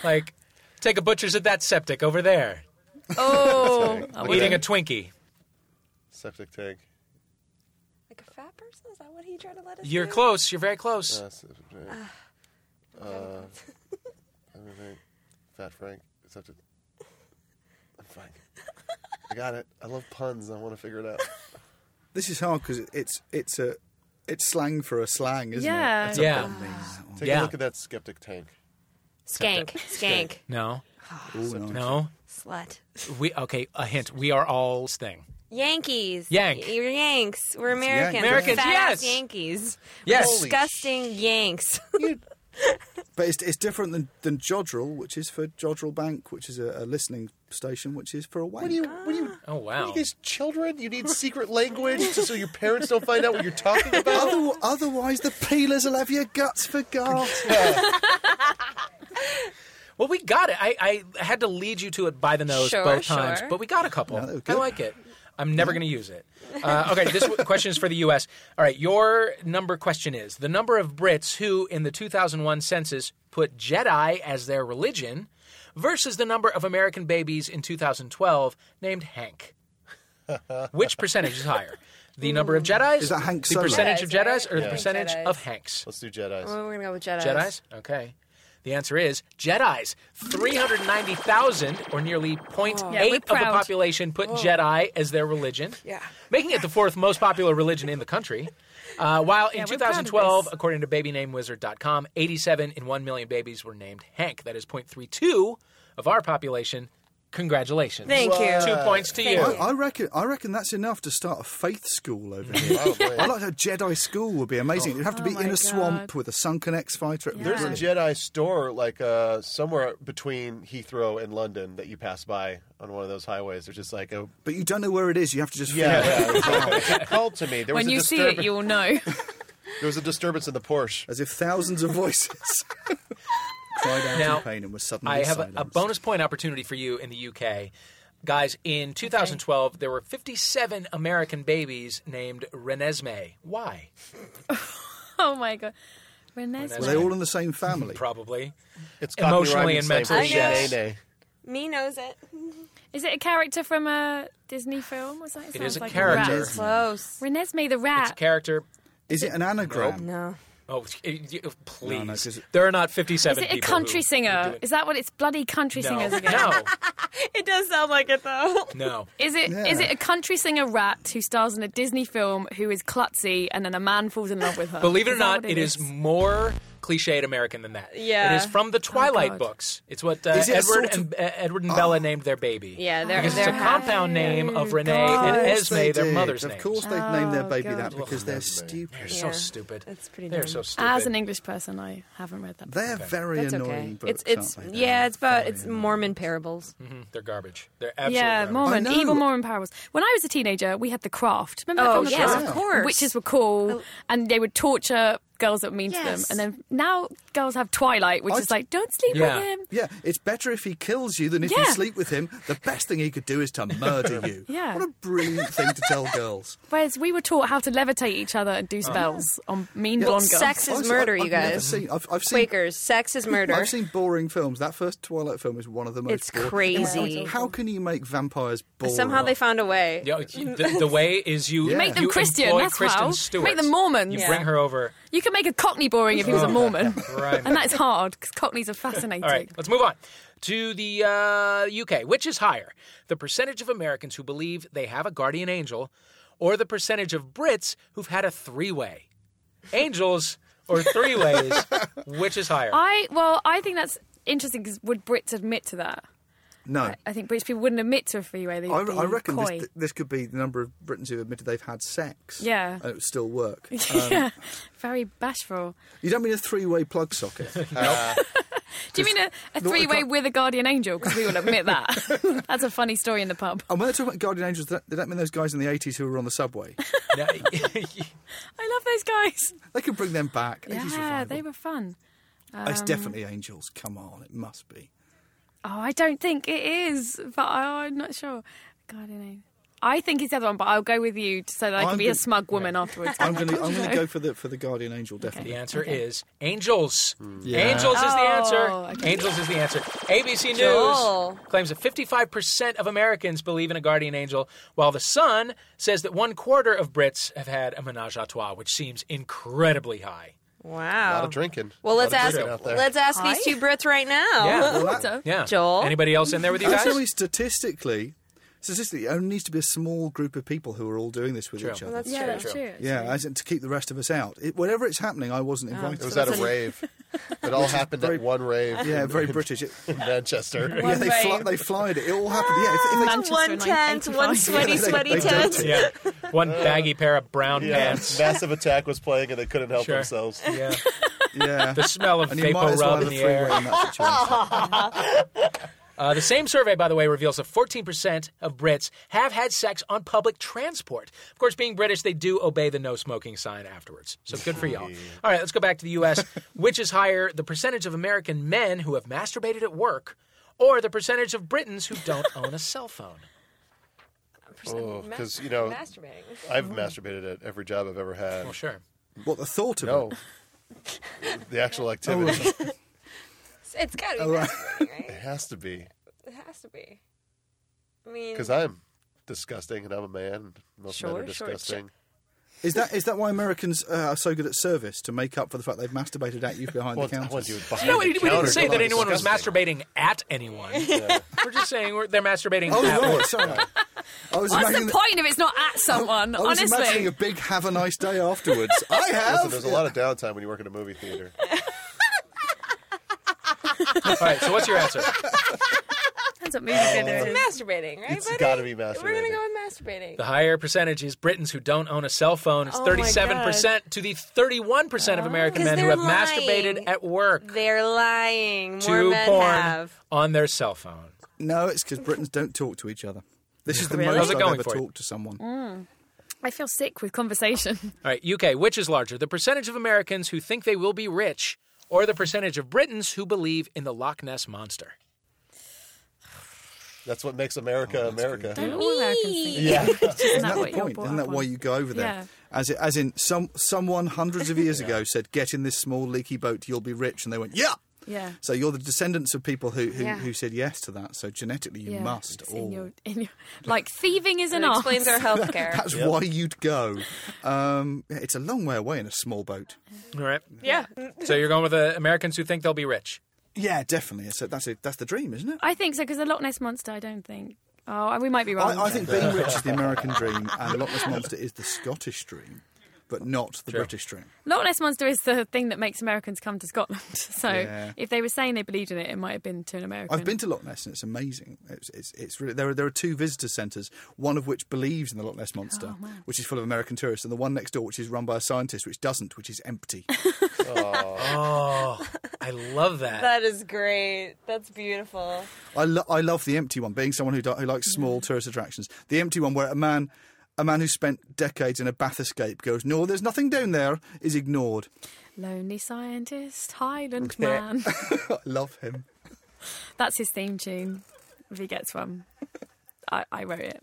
Speaker 1: like, take a butcher's at that septic over there.
Speaker 2: Oh,
Speaker 1: I'm eating a Twinkie.
Speaker 3: Septic tank.
Speaker 4: Like a fat person? Is that what he tried to let us?
Speaker 1: You're
Speaker 4: do?
Speaker 1: close. You're very close.
Speaker 3: Uh, septic tank. Uh, everything. Fat Frank. Septic. I'm Frank. I got it. I love puns. I want to figure it out.
Speaker 5: This is hard because it's it's a it's slang for a slang, isn't
Speaker 2: Yeah.
Speaker 5: it? That's
Speaker 1: Yeah.
Speaker 5: A pun means.
Speaker 3: Take
Speaker 1: Yeah.
Speaker 3: a look at that skeptic tank.
Speaker 4: Skank. Skank.
Speaker 1: No.
Speaker 5: Ooh, nice.
Speaker 1: No.
Speaker 4: Slut.
Speaker 1: We okay. A hint. We are all thing.
Speaker 4: Yankees.
Speaker 1: Yank.
Speaker 4: You're Yanks. We're Americans.
Speaker 5: Yank.
Speaker 1: Americans,
Speaker 4: Fat-ass
Speaker 1: yes.
Speaker 4: Yankees.
Speaker 1: Yes.
Speaker 3: Holy
Speaker 4: Disgusting Yanks.
Speaker 5: But it's, it's different than, than Jodrell, which is for Jodrell Bank, which is a, a listening station, which is for a wank.
Speaker 3: What do you? What do you?
Speaker 2: Ah.
Speaker 1: Oh
Speaker 3: Are
Speaker 1: wow.
Speaker 3: you guys children? You need secret language just so your parents don't find out what you're talking about?
Speaker 5: Other, otherwise, the peelers will have your guts for garter.
Speaker 1: Well, we got it. I, I had to lead you to it by the nose
Speaker 4: Sure,
Speaker 1: both times,
Speaker 4: sure.
Speaker 1: but we got a couple.
Speaker 5: they were
Speaker 1: I
Speaker 5: good.
Speaker 1: like it. I'm never going to use it. Uh, okay, this w- question is for the U.S. All right, your number question is the number of Brits who, in the 2001 census, put Jedi as their religion versus the number of American babies in 2012 named Hank. Which percentage is higher? The number of Jedi's?
Speaker 5: Is that Hank
Speaker 1: The
Speaker 5: Solo?
Speaker 1: percentage of Jedi's or the
Speaker 4: Yeah.
Speaker 1: percentage
Speaker 4: Jedis.
Speaker 1: of Hanks?
Speaker 3: Let's do Jedi's.
Speaker 4: Well, we're gonna go with Jedi.
Speaker 1: Jedi's? Okay. The answer is Jedi's. 390,000, or nearly 0.8
Speaker 2: Oh. Yeah, we're
Speaker 1: of the
Speaker 2: proud. Oh.
Speaker 1: population, put Jedi as their religion,
Speaker 4: Yeah.
Speaker 1: making it the fourth most popular religion in the country. Uh, while in
Speaker 2: Yeah, we're proud of
Speaker 1: 2012,
Speaker 2: this.
Speaker 1: according to BabyNameWizard.com, 87 in 1 million babies were named Hank. That is 0.32 of our population. Congratulations.
Speaker 4: Thank you.
Speaker 1: Two points to
Speaker 4: Thank
Speaker 1: you.
Speaker 5: I, I reckon. I reckon that's enough to start a faith school over here.
Speaker 1: Oh,
Speaker 3: Probably.
Speaker 5: I like a Jedi school would be amazing. It'd have to
Speaker 2: Oh
Speaker 5: be
Speaker 2: my
Speaker 5: in a swamp
Speaker 2: God.
Speaker 5: with a sunken X-fighter. It would be
Speaker 2: Yeah.
Speaker 3: There's a
Speaker 5: brilliant.
Speaker 3: Jedi store like uh, somewhere between Heathrow and London that you pass by on one of those highways. There's just like a
Speaker 5: but you don't know where it is. You have to just
Speaker 3: yeah.
Speaker 5: feel it.
Speaker 3: yeah, exactly. it called to me. There was
Speaker 2: when
Speaker 3: a
Speaker 2: you see it,
Speaker 3: disturb-
Speaker 2: you will know.
Speaker 3: there was a disturbance in the Porsche.
Speaker 5: as if thousands of voices cried out
Speaker 1: Now,
Speaker 5: in pain and were suddenly
Speaker 1: I have a,
Speaker 5: silenced.
Speaker 1: a bonus point opportunity for you in the UK. Guys, in 2012, there were 57 American babies named Renesmee. Why?
Speaker 2: oh my god. Renesmee.
Speaker 5: Were they all in the same family?
Speaker 1: Probably.
Speaker 3: It's
Speaker 1: Emotionally and mentally, yes.
Speaker 3: Nay,
Speaker 4: Me knows it.
Speaker 2: Is it a character from a Disney film? Was that?
Speaker 1: It
Speaker 2: sounds
Speaker 1: is a
Speaker 2: like
Speaker 1: character.
Speaker 5: Renesmee.
Speaker 4: Close.
Speaker 2: Renesmee
Speaker 1: It's
Speaker 2: the
Speaker 1: a
Speaker 2: rat.
Speaker 1: character.
Speaker 5: Is it an anagram?
Speaker 4: No.
Speaker 1: Oh, it- it- please.
Speaker 5: No, no, 'cause it-
Speaker 1: there are not
Speaker 2: Is
Speaker 1: 57
Speaker 2: it a
Speaker 1: people
Speaker 2: country
Speaker 1: who- who
Speaker 2: singer?
Speaker 1: do it.
Speaker 2: Is that what it's bloody country singers
Speaker 1: no,
Speaker 2: again?
Speaker 1: no,
Speaker 4: It does sound like it though.
Speaker 1: no.
Speaker 2: Is it is
Speaker 5: Yeah.
Speaker 2: it a country singer rat who stars in a Disney film who is klutzy and then a man falls in love with her?
Speaker 1: Believe it or
Speaker 2: Is that
Speaker 1: not,
Speaker 2: what
Speaker 1: it is more cliched American than that.
Speaker 4: Yeah.
Speaker 1: It is from
Speaker 5: Oh,
Speaker 1: the Twilight
Speaker 4: God.
Speaker 1: books. It's what uh,
Speaker 4: Is it a
Speaker 1: Edward
Speaker 4: sort
Speaker 1: and uh, Edward and
Speaker 5: Oh.
Speaker 1: Bella named their baby.
Speaker 4: Yeah, they're-
Speaker 1: because it's
Speaker 4: they're
Speaker 1: a compound name of Renee and
Speaker 5: Yes,
Speaker 1: Esme,
Speaker 5: they
Speaker 1: their
Speaker 5: did.
Speaker 1: mother's
Speaker 5: Of
Speaker 1: names.
Speaker 5: course, they've
Speaker 2: Oh,
Speaker 5: named their baby that because they're stupid.
Speaker 1: They're so stupid. That's
Speaker 4: pretty.
Speaker 1: They're
Speaker 4: dumb.
Speaker 1: so stupid.
Speaker 2: As an English person, I haven't read that.
Speaker 5: They're
Speaker 2: before.
Speaker 5: very
Speaker 2: That's
Speaker 5: annoying
Speaker 2: okay.
Speaker 5: books.
Speaker 4: It's it's
Speaker 5: aren't they?
Speaker 4: yeah, it's about it's Mormon parables.
Speaker 1: Mm-hmm. They're garbage. They're absolutely
Speaker 2: yeah,
Speaker 1: garbage.
Speaker 2: Mormon, evil Mormon parables. When I was a teenager, we had the craft. Remember that
Speaker 4: Oh,
Speaker 2: film, The
Speaker 4: yes,
Speaker 2: Craft?
Speaker 4: of course.
Speaker 2: Witches were cool, and they would torture girls that were mean
Speaker 4: Yes.
Speaker 2: to them. And then now girls have Twilight, which
Speaker 5: I
Speaker 2: is like, don't sleep with him.
Speaker 5: Yeah, it's better if he kills you than if you
Speaker 2: Yeah.
Speaker 5: sleep with him. The best thing he could do is to murder you.
Speaker 2: Yeah.
Speaker 5: What a brilliant thing to tell girls.
Speaker 2: Whereas we were taught how to levitate each other and
Speaker 1: Uh-huh.
Speaker 2: do spells on mean
Speaker 5: Yeah.
Speaker 2: blonde girls.
Speaker 4: Sex is murder, you
Speaker 5: I've never
Speaker 4: guys.
Speaker 5: seen- I've- I've seen-
Speaker 4: Quakers, sex is murder.
Speaker 5: I've seen boring films. That first Twilight film is one of the most.
Speaker 4: It's
Speaker 5: boring-
Speaker 4: crazy.
Speaker 5: How, how can you make vampires boring?
Speaker 4: Somehow they found a way.
Speaker 1: Yeah, the, the way is you
Speaker 5: Make them
Speaker 1: you
Speaker 2: Christian,
Speaker 1: employ
Speaker 2: that's
Speaker 1: Kristen
Speaker 2: how.
Speaker 1: Stewart.
Speaker 2: Make them Mormons.
Speaker 1: You
Speaker 2: Yeah.
Speaker 1: bring her over.
Speaker 2: You could make a Cockney boring if he was a
Speaker 1: Oh,
Speaker 2: Mormon.
Speaker 1: right.
Speaker 2: And that's hard because Cockneys are fascinating.
Speaker 1: All right, let's move on to the uh, UK. Which is higher, the percentage of Americans who believe they have a guardian angel, or the percentage of Brits who've had a three-way? Angels or three ways? which is higher?
Speaker 2: I well, I think that's interesting because would Brits admit to that?
Speaker 5: No.
Speaker 2: I think British people wouldn't admit to a freeway. They'd
Speaker 5: I,
Speaker 2: be
Speaker 5: I reckon
Speaker 2: coy.
Speaker 5: this, this could be the number of Britons who admitted they've had sex.
Speaker 2: Yeah.
Speaker 5: And it would still work. Um,
Speaker 2: yeah, very bashful.
Speaker 5: You don't mean a three way plug socket. Uh,
Speaker 2: Do you mean a, a
Speaker 5: No, I
Speaker 2: three-way
Speaker 5: can't-
Speaker 2: with a guardian angel? Because we will admit that. that's a funny story in the pub.
Speaker 5: and when they talk about guardian angels, they don't- they don't mean those guys in the 80s who were on the subway.
Speaker 2: I love those guys.
Speaker 5: They could bring them back. 80s
Speaker 2: Yeah,
Speaker 5: revival.
Speaker 2: they were fun.
Speaker 5: it's
Speaker 2: Um,
Speaker 5: definitely angels. Come on, it must be.
Speaker 2: Oh, I don't think it is, but I, I'm not sure. Guardian angel. I think it's the other one, but I'll go with you so that I can
Speaker 5: I'm
Speaker 2: be a
Speaker 5: gonna-
Speaker 2: smug woman afterwards.
Speaker 5: I'm going to I'm going
Speaker 2: Okay.
Speaker 5: to go for the for the guardian angel definitely.
Speaker 1: The answer is angels.
Speaker 5: Yeah.
Speaker 1: Angels is the answer.
Speaker 2: Oh, okay.
Speaker 1: Angels is the answer. ABC News
Speaker 4: Joel.
Speaker 1: claims that 55% of Americans believe in a guardian angel, while The Sun says that one quarter of Brits have had a menage a trois, which seems incredibly high.
Speaker 4: Wow.
Speaker 3: A lot of drinking.
Speaker 4: Oh. Well,
Speaker 3: A lot
Speaker 4: let's
Speaker 3: of
Speaker 4: ask
Speaker 3: drinking out there.
Speaker 4: let's ask
Speaker 2: Hi.
Speaker 4: these two Brits right now.
Speaker 1: Yeah.
Speaker 5: Well, that-
Speaker 1: Yeah.
Speaker 4: Joel?
Speaker 1: Anybody else in there with you guys?
Speaker 5: That's only statistically. Statistically, it only needs to be a small group of people who are all doing this with
Speaker 1: True.
Speaker 5: each
Speaker 1: Well,
Speaker 5: other.
Speaker 1: that's
Speaker 2: yeah,
Speaker 1: true,
Speaker 2: that's
Speaker 1: true.
Speaker 2: true.
Speaker 5: yeah, as in to keep the rest of us out. It, whenever it's happening, I wasn't invited.
Speaker 3: It was at a rave. It all happened
Speaker 5: very-
Speaker 3: at one rave.
Speaker 5: yeah,
Speaker 3: in-
Speaker 5: very British. It,
Speaker 3: in Manchester.
Speaker 5: yeah, they, fly, they flied it. It all happened. Yeah, if, if they,
Speaker 2: Manchester
Speaker 4: one
Speaker 2: in
Speaker 4: tent, one
Speaker 2: 1985.
Speaker 4: sweaty,
Speaker 5: Yeah, they-
Speaker 4: sweaty
Speaker 5: they
Speaker 4: tent.
Speaker 5: don't.
Speaker 1: Yeah. One baggy pair of brown
Speaker 3: Yeah,
Speaker 1: pants.
Speaker 3: Massive Attack was playing and they couldn't help
Speaker 1: Sure.
Speaker 3: themselves.
Speaker 1: Yeah.
Speaker 5: yeah.
Speaker 1: The smell of
Speaker 5: and you might
Speaker 1: vapor
Speaker 5: as well
Speaker 1: rub
Speaker 5: have
Speaker 1: in
Speaker 5: a
Speaker 1: the
Speaker 5: three-way
Speaker 1: air.
Speaker 5: in that situation.
Speaker 1: Uh, the same survey, by the way, reveals that 14% of Brits have had sex on public transport. Of course, being British, they do obey the no smoking sign afterwards. So good for y'all. All right, let's go back to the U.S. Which is higher, the percentage of American men who have masturbated at work or the percentage of Britons who don't own a cell phone?
Speaker 3: Oh, 'cause, you know-
Speaker 4: masturbating.
Speaker 3: I've masturbated at every job I've ever had.
Speaker 1: Well, sure.
Speaker 5: What the thought of
Speaker 3: No.
Speaker 5: it?
Speaker 3: the actual activity.
Speaker 4: Oh, It's got to be
Speaker 5: Oh, right.
Speaker 4: masturbating, right?
Speaker 3: It has to be.
Speaker 4: It has to be. I mean,
Speaker 3: Because I'm disgusting and I'm a man. Most men
Speaker 4: Sure,
Speaker 3: are
Speaker 4: sure, sure.
Speaker 3: disgusting.
Speaker 5: Is that is that why Americans uh, are so good at service to make up for the fact they've masturbated at you behind
Speaker 3: Well,
Speaker 5: the counter?
Speaker 3: I want you behind
Speaker 1: You know,
Speaker 3: the
Speaker 1: we, we didn't
Speaker 3: counter,
Speaker 1: say
Speaker 3: but
Speaker 1: that
Speaker 3: I'm
Speaker 1: anyone was
Speaker 3: disgusting.
Speaker 1: masturbating at anyone. We're just saying we're, they're masturbating
Speaker 5: Oh
Speaker 1: at
Speaker 5: right,
Speaker 1: work.
Speaker 5: sorry. I was
Speaker 2: What's the
Speaker 5: imagining that-
Speaker 2: point if it's not at someone?
Speaker 5: I was imagining
Speaker 2: Honestly.
Speaker 5: a big "Have a nice day" afterwards. I have.
Speaker 3: Listen, there's a lot of downtime when you work in a movie theater.
Speaker 1: All right, so what's your answer?
Speaker 2: That's what movie
Speaker 5: Oh.
Speaker 2: theater is.
Speaker 4: masturbating, right,
Speaker 3: It's
Speaker 4: buddy?
Speaker 3: got to be
Speaker 4: We're gonna
Speaker 3: masturbating.
Speaker 4: go with masturbating.
Speaker 1: The higher percentage is Britons who don't own a cell phone. It's
Speaker 4: Oh my Oh.
Speaker 1: thirty-seven percent to the thirty-one percent of American
Speaker 4: 'Cause
Speaker 1: men who
Speaker 4: they're
Speaker 1: have
Speaker 4: lying.
Speaker 1: masturbated at work
Speaker 4: They're lying. More
Speaker 1: to
Speaker 4: men
Speaker 1: porn
Speaker 4: have.
Speaker 1: on their cell phone.
Speaker 5: No, it's because Britons don't talk to each other. This is the
Speaker 1: Really? How's
Speaker 5: most
Speaker 1: it
Speaker 5: I've
Speaker 1: going
Speaker 5: ever
Speaker 1: for you?
Speaker 5: talked to someone.
Speaker 2: I feel sick with conversation.
Speaker 1: All right, UK, which is larger, the percentage of Americans who think they will be rich, or the percentage of Britons who believe in the Loch Ness monster?
Speaker 3: That's what makes America America.
Speaker 2: Don't all Americans think
Speaker 3: Yeah.
Speaker 2: Isn't that
Speaker 5: Isn't that
Speaker 2: what
Speaker 5: the
Speaker 2: you're
Speaker 5: point?
Speaker 2: brought
Speaker 5: Isn't that
Speaker 2: up
Speaker 5: why
Speaker 2: on?
Speaker 5: you go over there?
Speaker 2: Yeah.
Speaker 5: As it, as in some someone hundreds of years ago said, "Get in this small leaky boat, you'll be rich," and they went, "Yeah."
Speaker 2: Yeah.
Speaker 5: So you're the descendants of people who who,
Speaker 4: Yeah.
Speaker 5: who said yes to that. So genetically, you
Speaker 2: Yeah.
Speaker 5: must
Speaker 2: It's
Speaker 5: all.
Speaker 2: in your, in your, like thieving is an
Speaker 4: It
Speaker 2: art.
Speaker 4: explains our health care.
Speaker 5: That's why you'd go. Um, yeah, it's a long way away in a small boat.
Speaker 1: All right,
Speaker 4: yeah.
Speaker 1: so you're going with the Americans who think they'll be rich.
Speaker 5: Yeah, definitely. So that's a, that's the dream, isn't it?
Speaker 2: I think so because the Loch Ness monster. I don't think. Oh, we might be wrong.
Speaker 5: I, I think being rich is the American dream, and Loch Ness monster is the Scottish dream. but not the British dream.
Speaker 2: Loch Ness monster is the thing that makes Americans come to Scotland. So
Speaker 5: Yeah.
Speaker 2: if they were saying they believed in it, it might have been to an American.
Speaker 5: I've been to Loch Ness and it's amazing. It's, it's, it's really, there, are, there are two visitor centres, one of which believes in the Loch Ness Monster,
Speaker 2: wow.
Speaker 5: which is full of American tourists, and the one next door, which is run by a scientist, which doesn't, which is empty.
Speaker 1: oh, I love that.
Speaker 4: That is great. That's beautiful.
Speaker 5: I, lo- I love the empty one. Being someone who, do- who likes small tourist attractions, the empty one where a man, a man who spent decades in a bath escape goes, "No, there's nothing down there," is ignored.
Speaker 2: Lonely scientist, Highland
Speaker 5: Yeah.
Speaker 2: man.
Speaker 5: I love him.
Speaker 2: That's his theme tune. If he gets one, I, I wrote it.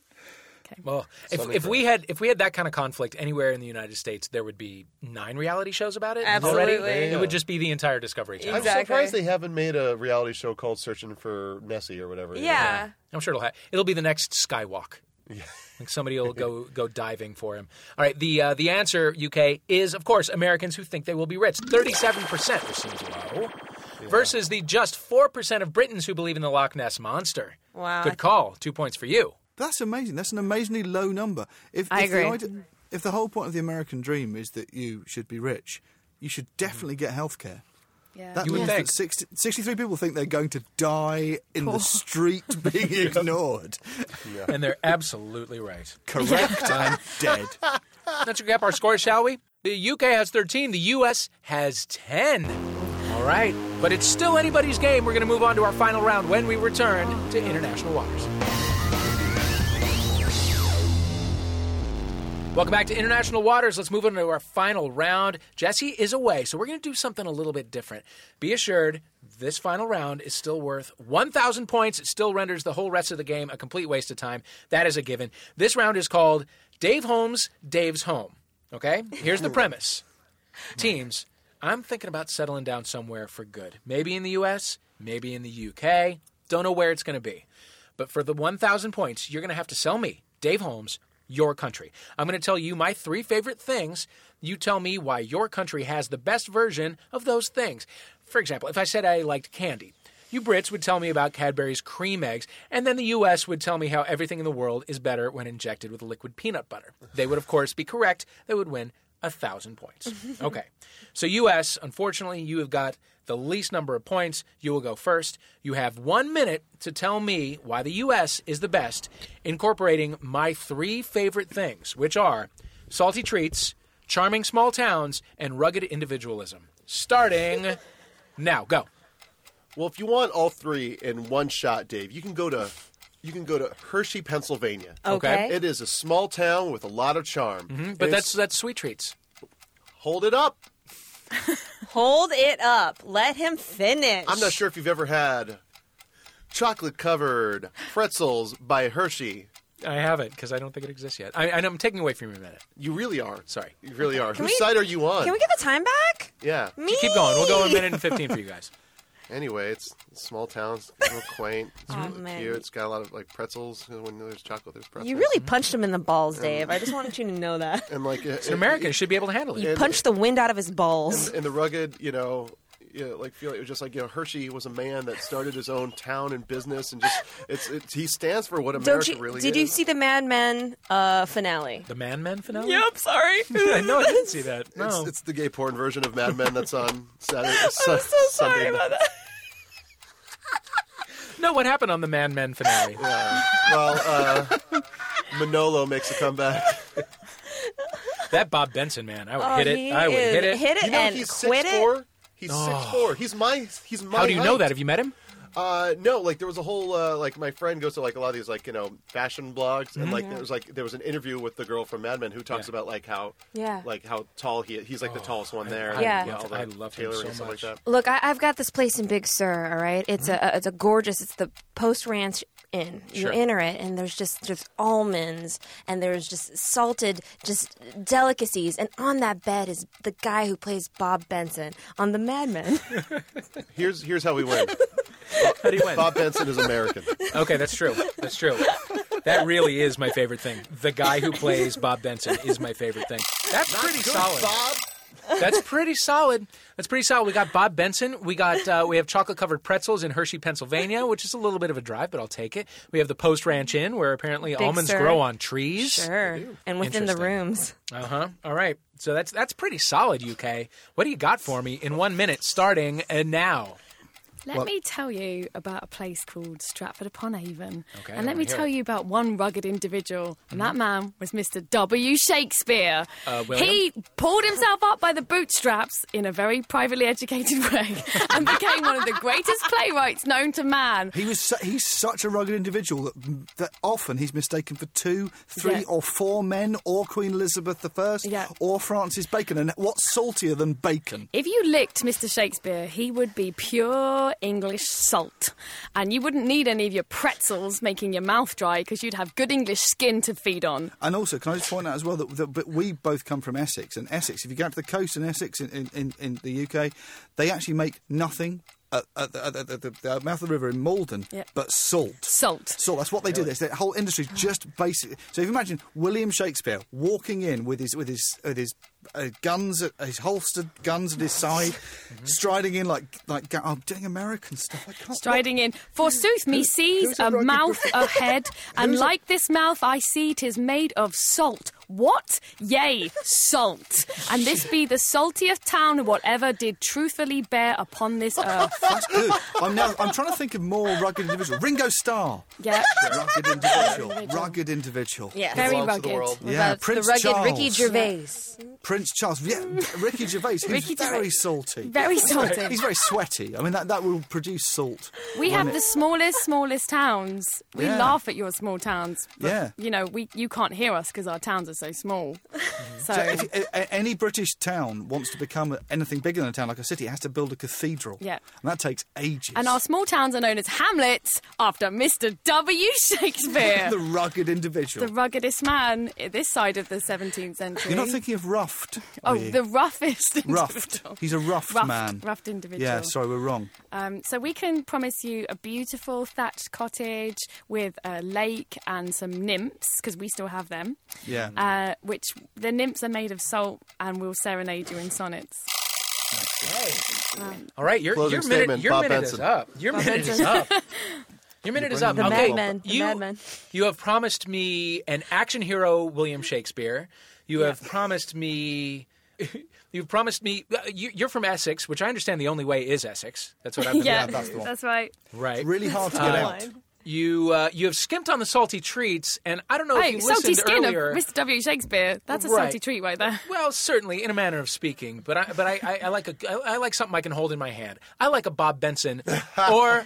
Speaker 1: Well, Oh, if,
Speaker 2: Something
Speaker 1: if
Speaker 2: for
Speaker 1: we had if we had that kind of conflict anywhere in the United States, there would be nine reality shows about it already.
Speaker 4: Absolutely.
Speaker 1: It would just be the entire Discovery Channel.
Speaker 4: Exactly.
Speaker 3: I'm surprised they haven't made a reality show called Searching for Nessie or whatever. it is.
Speaker 4: Yeah.
Speaker 1: I'm sure it'll ha- it'll be the next Skywalk. Like somebody will go go diving for him. All right, the uh, the answer UK is of course Americans who think they will be rich. Thirty seven percent, which seems low, versus the just four percent of Britons who believe in the Loch Ness monster.
Speaker 4: Wow.
Speaker 1: Good call. Two points for you.
Speaker 5: That's amazing. That's an amazingly low number. If,
Speaker 1: I
Speaker 5: if the
Speaker 1: agree.
Speaker 5: idea- if the whole point of the American dream is that you should be rich, you should definitely get health care.
Speaker 2: Yeah.
Speaker 5: That
Speaker 1: Mm-hmm. You would
Speaker 5: means
Speaker 1: think.
Speaker 5: that 60, 63 people think they're going to die in the street being ignored.
Speaker 1: And they're absolutely right.
Speaker 5: Correct, I'm dead.
Speaker 1: Let's recap our scores, shall we? The UK has 13, the US has 10. All right, but it's still anybody's game. We're going to move on to our final round when we return to International Waters. Welcome back to International Waters. Let's move on to our final round. Jesse is away, so we're going to do something a little bit different. Be assured, this final round is still worth 1,000 points. It still renders the whole rest of the game a complete waste of time. That is a given. This round is called Dave Holmes, Dave's Home. Okay? Here's the premise Teams, I'm thinking about settling down somewhere for good. Maybe in the US, maybe in the UK. Don't know where it's going to be. But for the 1,000 points, you're going to have to sell me, Dave Holmes, your country. I'm going to tell you my three favorite things. You tell me why your country has the best version of those things. For example, if I said I liked candy, you Brits would tell me about Cadbury's cream eggs, and then the US would tell me how everything in the world is better when injected with liquid peanut butter. They would, of course, be correct. They would win a thousand points. Okay. So, US, unfortunately, you have got the least number of points. You will go first. You have one minute to tell me why the US is the best, incorporating my three favorite things, which are salty treats, charming small towns, and rugged individualism. Starting now, go.
Speaker 3: Well, if you want all three in one shot, Dave, you can go to you can go to Hershey, Pennsylvania.
Speaker 1: Okay. Okay.
Speaker 3: It is a small town with a lot of charm. Mm-hmm.
Speaker 1: But that's that's sweet treats.
Speaker 3: Hold it up.
Speaker 4: Hold it up. Let him finish.
Speaker 3: I'm not sure if you've ever had chocolate covered pretzels by Hershey.
Speaker 1: I haven't because I don't think it exists yet. I, and I'm taking away from you a minute.
Speaker 3: You really are.
Speaker 1: Sorry.
Speaker 3: You really are.
Speaker 4: Can
Speaker 3: Whose
Speaker 4: we-
Speaker 3: side are you on?
Speaker 4: Can we get the time back?
Speaker 3: Yeah.
Speaker 4: Me?
Speaker 1: Keep going. We'll go a minute and 15 for you guys.
Speaker 3: Anyway, it's small towns, it's real quaint, it's
Speaker 4: Aw,
Speaker 3: really
Speaker 4: Oh, man.
Speaker 3: cute. It's got a lot of like pretzels. When there's chocolate, there's pretzels.
Speaker 4: You really punched him in the balls, Dave. I just wanted you to know that.
Speaker 3: and like
Speaker 1: It's an American. It should be able to handle it.
Speaker 4: You punched the wind out of his balls.
Speaker 3: and the rugged, you know, you know, like feel it was just like you know Hershey was a man that started his own town and business and just it's, it's he stands for what
Speaker 4: Don't
Speaker 3: America
Speaker 4: you?
Speaker 3: really
Speaker 4: did
Speaker 3: is.
Speaker 4: you see the Mad Men uh, finale?
Speaker 1: The Man Man finale?
Speaker 4: Yep. Sorry.
Speaker 1: I know I didn't see that. No.
Speaker 3: It's, it's the gay porn version of Mad Men that's on Saturday. I'm
Speaker 4: so sorry about that.
Speaker 1: no, what happened on the Man Man finale?
Speaker 3: Well, uh, Manolo makes a comeback.
Speaker 1: That Bob Benson man. I would
Speaker 4: Oh,
Speaker 1: hit
Speaker 4: he
Speaker 1: it. I would
Speaker 4: is-
Speaker 1: hit it.
Speaker 4: hit it
Speaker 3: You know
Speaker 4: and
Speaker 3: he's
Speaker 4: quit it.
Speaker 3: 6'4"? He's
Speaker 1: Oh.
Speaker 3: six four. He's my he's my.
Speaker 1: How do you know
Speaker 3: height.
Speaker 1: that? Have you met him?
Speaker 3: Uh, no, like there was a whole uh, like my friend goes to like a lot of these like you know fashion blogs and
Speaker 1: Mm-hmm.
Speaker 3: like there was like there was an interview with the girl from Mad Men who talks about like how
Speaker 4: Yeah.
Speaker 3: like how tall he he's like the tallest one there
Speaker 1: Oh, I
Speaker 3: and,
Speaker 4: Yeah.
Speaker 3: you know, all
Speaker 1: love-
Speaker 3: the
Speaker 1: I love him
Speaker 3: tailoring
Speaker 1: so
Speaker 3: and stuff
Speaker 1: much.
Speaker 3: like that.
Speaker 4: Look, I, I've got this place in Big Sur. All right, it's a it's a gorgeous. It's the Post Ranch Inn. You
Speaker 1: Mm-hmm. Sure.
Speaker 4: enter it, and there's just there's almonds, and there's just salted, just delicacies. And on that bed is the guy who plays Bob Benson on The Mad Men.
Speaker 3: Here's here's how we win.
Speaker 1: How do you win?
Speaker 3: Bob Benson is American.
Speaker 1: Okay, that's true. That's true. That really is my favorite thing. The guy who plays Bob Benson is my favorite thing. That's pretty solid.
Speaker 3: Bob.
Speaker 1: That's pretty solid. That's pretty solid. We got Bob Benson. We got uh, we have chocolate covered pretzels in Hershey, Pennsylvania, which is a little bit of a drive, but I'll take it. We have the Post Ranch Inn, where apparently
Speaker 4: Big
Speaker 1: almonds
Speaker 4: Sur.
Speaker 1: grow on trees.
Speaker 4: Sure. And within the rooms.
Speaker 1: Uh huh. All right. So that's that's pretty solid, UK. What do you got for me in one minute, starting uh, now?
Speaker 2: Let
Speaker 1: Well-
Speaker 2: me tell you about a place called Stratford upon Avon.
Speaker 1: Okay, I
Speaker 2: and let
Speaker 1: wanna
Speaker 2: me
Speaker 1: hear
Speaker 2: tell
Speaker 1: it. Mm-hmm.
Speaker 2: you about one rugged individual, and that man was Mr. W. Shakespeare.
Speaker 1: Uh, William?
Speaker 2: he pulled himself up by the bootstraps in a very privately educated way and became one of the greatest playwrights known to man.
Speaker 5: He was su- he's such a rugged individual that, that often he's mistaken for two, three,
Speaker 2: Yeah.
Speaker 5: or four men, or Queen Elizabeth I, or Francis Bacon. And what's saltier than bacon?
Speaker 2: If you licked Mr. Shakespeare, he would be pure English salt. And you wouldn't need any of your pretzels making your mouth dry because you'd have good English skin to feed on.
Speaker 5: And also, can I just point out as well that, that but we both come from Essex, and Essex, if you go out to the coast in Essex in, in, in, in the UK, they actually make nothing at, at, the, at, the, at the- the mouth of the river in Malden
Speaker 2: Yeah.
Speaker 5: but salt.
Speaker 2: Salt.
Speaker 5: Salt, that's what they do. That's their whole industry is just basic. So if you imagine William Shakespeare walking in with his with his, with his uh, guns, at, his holstered guns at his side, striding in like, like "Go- I'm doing American stuff. I can't
Speaker 2: Striding in, forsooth me sees a mouth ahead, and
Speaker 5: Who's a-
Speaker 2: like this mouth I see 'tis made of salt. What? Yea, salt. And this be the saltiest town whatever did truthfully bear upon this earth.
Speaker 5: That's good. I'm now. I'm trying to think of more rugged individual. Ringo Starr.
Speaker 2: Yeah.
Speaker 5: Rugged individual. Rugged individual.
Speaker 2: Yeah. Very
Speaker 5: Belongs to the
Speaker 2: rugged.
Speaker 5: world.
Speaker 2: What
Speaker 5: Yeah.
Speaker 14: about the
Speaker 5: Prince
Speaker 14: rugged
Speaker 5: Charles.
Speaker 14: Ricky Gervais?
Speaker 5: Prince Charles. Yeah. Ricky Gervais. He's
Speaker 2: Ricky
Speaker 5: very
Speaker 2: Gervais.
Speaker 5: salty.
Speaker 2: Very salty.
Speaker 5: He's very sweaty. I mean, that, that will produce salt.
Speaker 2: We
Speaker 5: when
Speaker 2: have
Speaker 5: it-
Speaker 2: the smallest, smallest towns. We
Speaker 5: Yeah.
Speaker 2: laugh at your small towns. But,
Speaker 5: Yeah.
Speaker 2: You know, we you can't hear us because our towns are so small. So,
Speaker 5: So if a- a- any British town wants to become anything bigger than a town, like a city, it has to build a cathedral.
Speaker 2: Yeah.
Speaker 5: And that takes ages.
Speaker 2: and our small towns are known as hamlets after Mr. W. Shakespeare.
Speaker 5: the rugged individual.
Speaker 2: the ruggedest man i- this side of the 17th century.
Speaker 5: You're not thinking of Ruffed.
Speaker 2: Oh,
Speaker 5: are you?
Speaker 2: the roughest.
Speaker 5: Ruffed.
Speaker 2: individual.
Speaker 5: He's a ruffed,
Speaker 2: Ruffed-
Speaker 5: man.
Speaker 2: ruffed individual.
Speaker 5: Yeah, sorry, we're wrong.
Speaker 2: Um, so we can promise you a beautiful thatched cottage with a lake and some nymphs because we still have them.
Speaker 5: Yeah.
Speaker 2: Uh, which the nymphs are made of salt and will serenade you in sonnets. Um,
Speaker 1: All right, your,
Speaker 3: Closing
Speaker 1: your minute,
Speaker 3: statement,
Speaker 1: your
Speaker 3: Bob
Speaker 1: minute is
Speaker 3: Benson.
Speaker 1: up. Your
Speaker 3: Bob
Speaker 1: minute is
Speaker 3: Benson.
Speaker 1: up. Your minute is
Speaker 3: You're
Speaker 1: up.
Speaker 3: bringing
Speaker 1: okay,
Speaker 3: the madman,
Speaker 4: the
Speaker 1: you
Speaker 4: madman.
Speaker 1: you have promised me an action hero, William Shakespeare. You have promised me. You've promised me. uh, You, you're from Essex, which I understand the only way is Essex. That's what I've been
Speaker 2: yeah,
Speaker 1: told.
Speaker 2: that's, right.
Speaker 1: Right. It's
Speaker 5: really hard to get
Speaker 2: Uh,
Speaker 5: out.
Speaker 1: You uh, you have skimped on the salty treats, and I don't know
Speaker 2: Hey,
Speaker 1: if you
Speaker 2: salty
Speaker 1: listened
Speaker 2: skin
Speaker 1: earlier.
Speaker 2: of Mr. W. Shakespeare. That's a
Speaker 1: Right.
Speaker 2: salty treat right there.
Speaker 1: Well, certainly in a manner of speaking, but I but I, I, I like a I, I like something I can hold in my hand. I like a Bob Benson or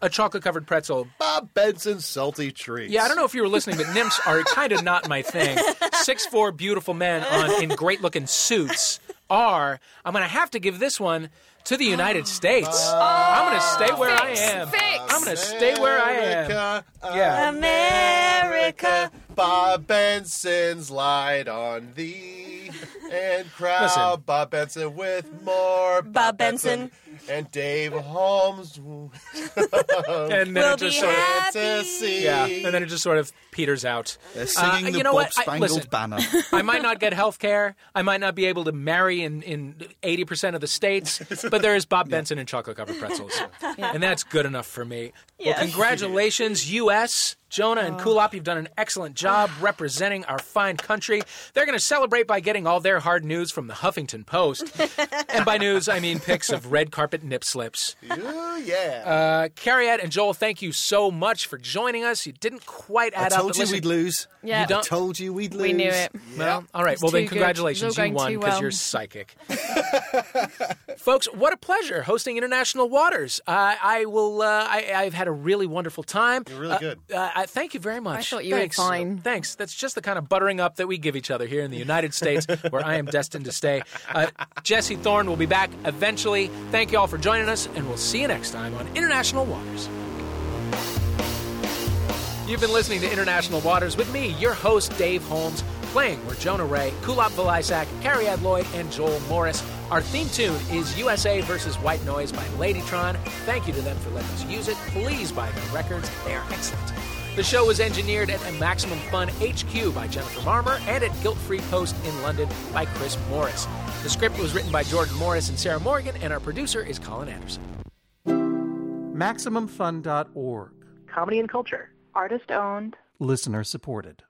Speaker 1: a chocolate covered pretzel.
Speaker 3: Bob Benson salty treats.
Speaker 1: Yeah, I don't know if you were listening, but nymphs are kind of not my thing. Six four beautiful men on in great looking suits are. I'm going to have to give this one to the United States. I'm going to stay where
Speaker 3: Fix,
Speaker 1: I am.
Speaker 3: fix.
Speaker 1: I'm going to stay where I am.
Speaker 3: America,
Speaker 1: Yeah.
Speaker 3: America, Bob Benson's light on thee, and crowd
Speaker 1: Listen.
Speaker 3: Bob Benson with more Bob,
Speaker 4: Benson.
Speaker 3: and Dave Holmes.
Speaker 1: And then
Speaker 3: We'll
Speaker 1: it just
Speaker 3: be
Speaker 1: sort of
Speaker 3: happy.
Speaker 1: yeah, and then it just sort of peters out.
Speaker 5: They're singing
Speaker 1: Uh,
Speaker 5: the
Speaker 1: you know
Speaker 5: Bob
Speaker 1: what? I-
Speaker 5: Spangled
Speaker 1: listen,
Speaker 5: Banner.
Speaker 1: I might not get health care. I might not be able to marry in, in 80% of the states, but there is Bob Benson and chocolate covered pretzels.
Speaker 2: Yeah.
Speaker 1: And that's good enough for me.
Speaker 2: Yes.
Speaker 1: Well, congratulations, U.S. Jonah
Speaker 5: Oh.
Speaker 1: and Kulop, you've done an excellent job representing our fine country. They're going to celebrate by getting all their hard news from the Huffington Post. and by news, I mean pics of red carpet nip slips.
Speaker 3: Ooh, yeah.
Speaker 1: Uh, Carriette and Joel, thank you so much for joining us. You didn't quite
Speaker 5: I
Speaker 1: add up.
Speaker 5: told
Speaker 1: but
Speaker 5: you
Speaker 1: listen-
Speaker 5: we'd lose.
Speaker 1: Yeah. You
Speaker 5: I
Speaker 1: don't-
Speaker 5: told you we'd lose.
Speaker 1: We knew it. Well, all right.
Speaker 5: It's
Speaker 1: Well,
Speaker 5: too
Speaker 1: then,
Speaker 5: good.
Speaker 1: congratulations.
Speaker 5: It's all
Speaker 1: You
Speaker 5: going
Speaker 1: won
Speaker 5: too
Speaker 1: because
Speaker 5: well.
Speaker 1: you're psychic. Folks, what a pleasure hosting International Waters. Uh, I will. Uh, I, I've had a really wonderful time. You're
Speaker 3: really good.
Speaker 1: Uh, I, thank you very much.
Speaker 2: thought you were
Speaker 1: Thanks.
Speaker 2: fine.
Speaker 1: Thanks. That's just the kind of buttering up that we give each other here in the United States, where I am destined to stay. Uh, Jesse Thorne will be back eventually. Thank you all for joining us, and we'll see you next time on International Waters. You've been listening to International Waters with me, your host, Dave Holmes. Playing were Jonah Ray, Kulop Valisak, Carrie Lloyd, and Joel Morris. Our theme tune is USA versus White Noise by Ladytron. Thank you to them for letting us use it. Please buy their records, they are excellent. The show was engineered at Maximum Fun HQ by Jennifer Marmer and at Guilt Free Post in London by Chris Morris. The script was written by Jordan Morris and Sarah Morgan, and our producer is Colin Anderson.
Speaker 15: MaximumFun.org.
Speaker 5: Comedy and culture. Artist owned.
Speaker 15: Listener supported.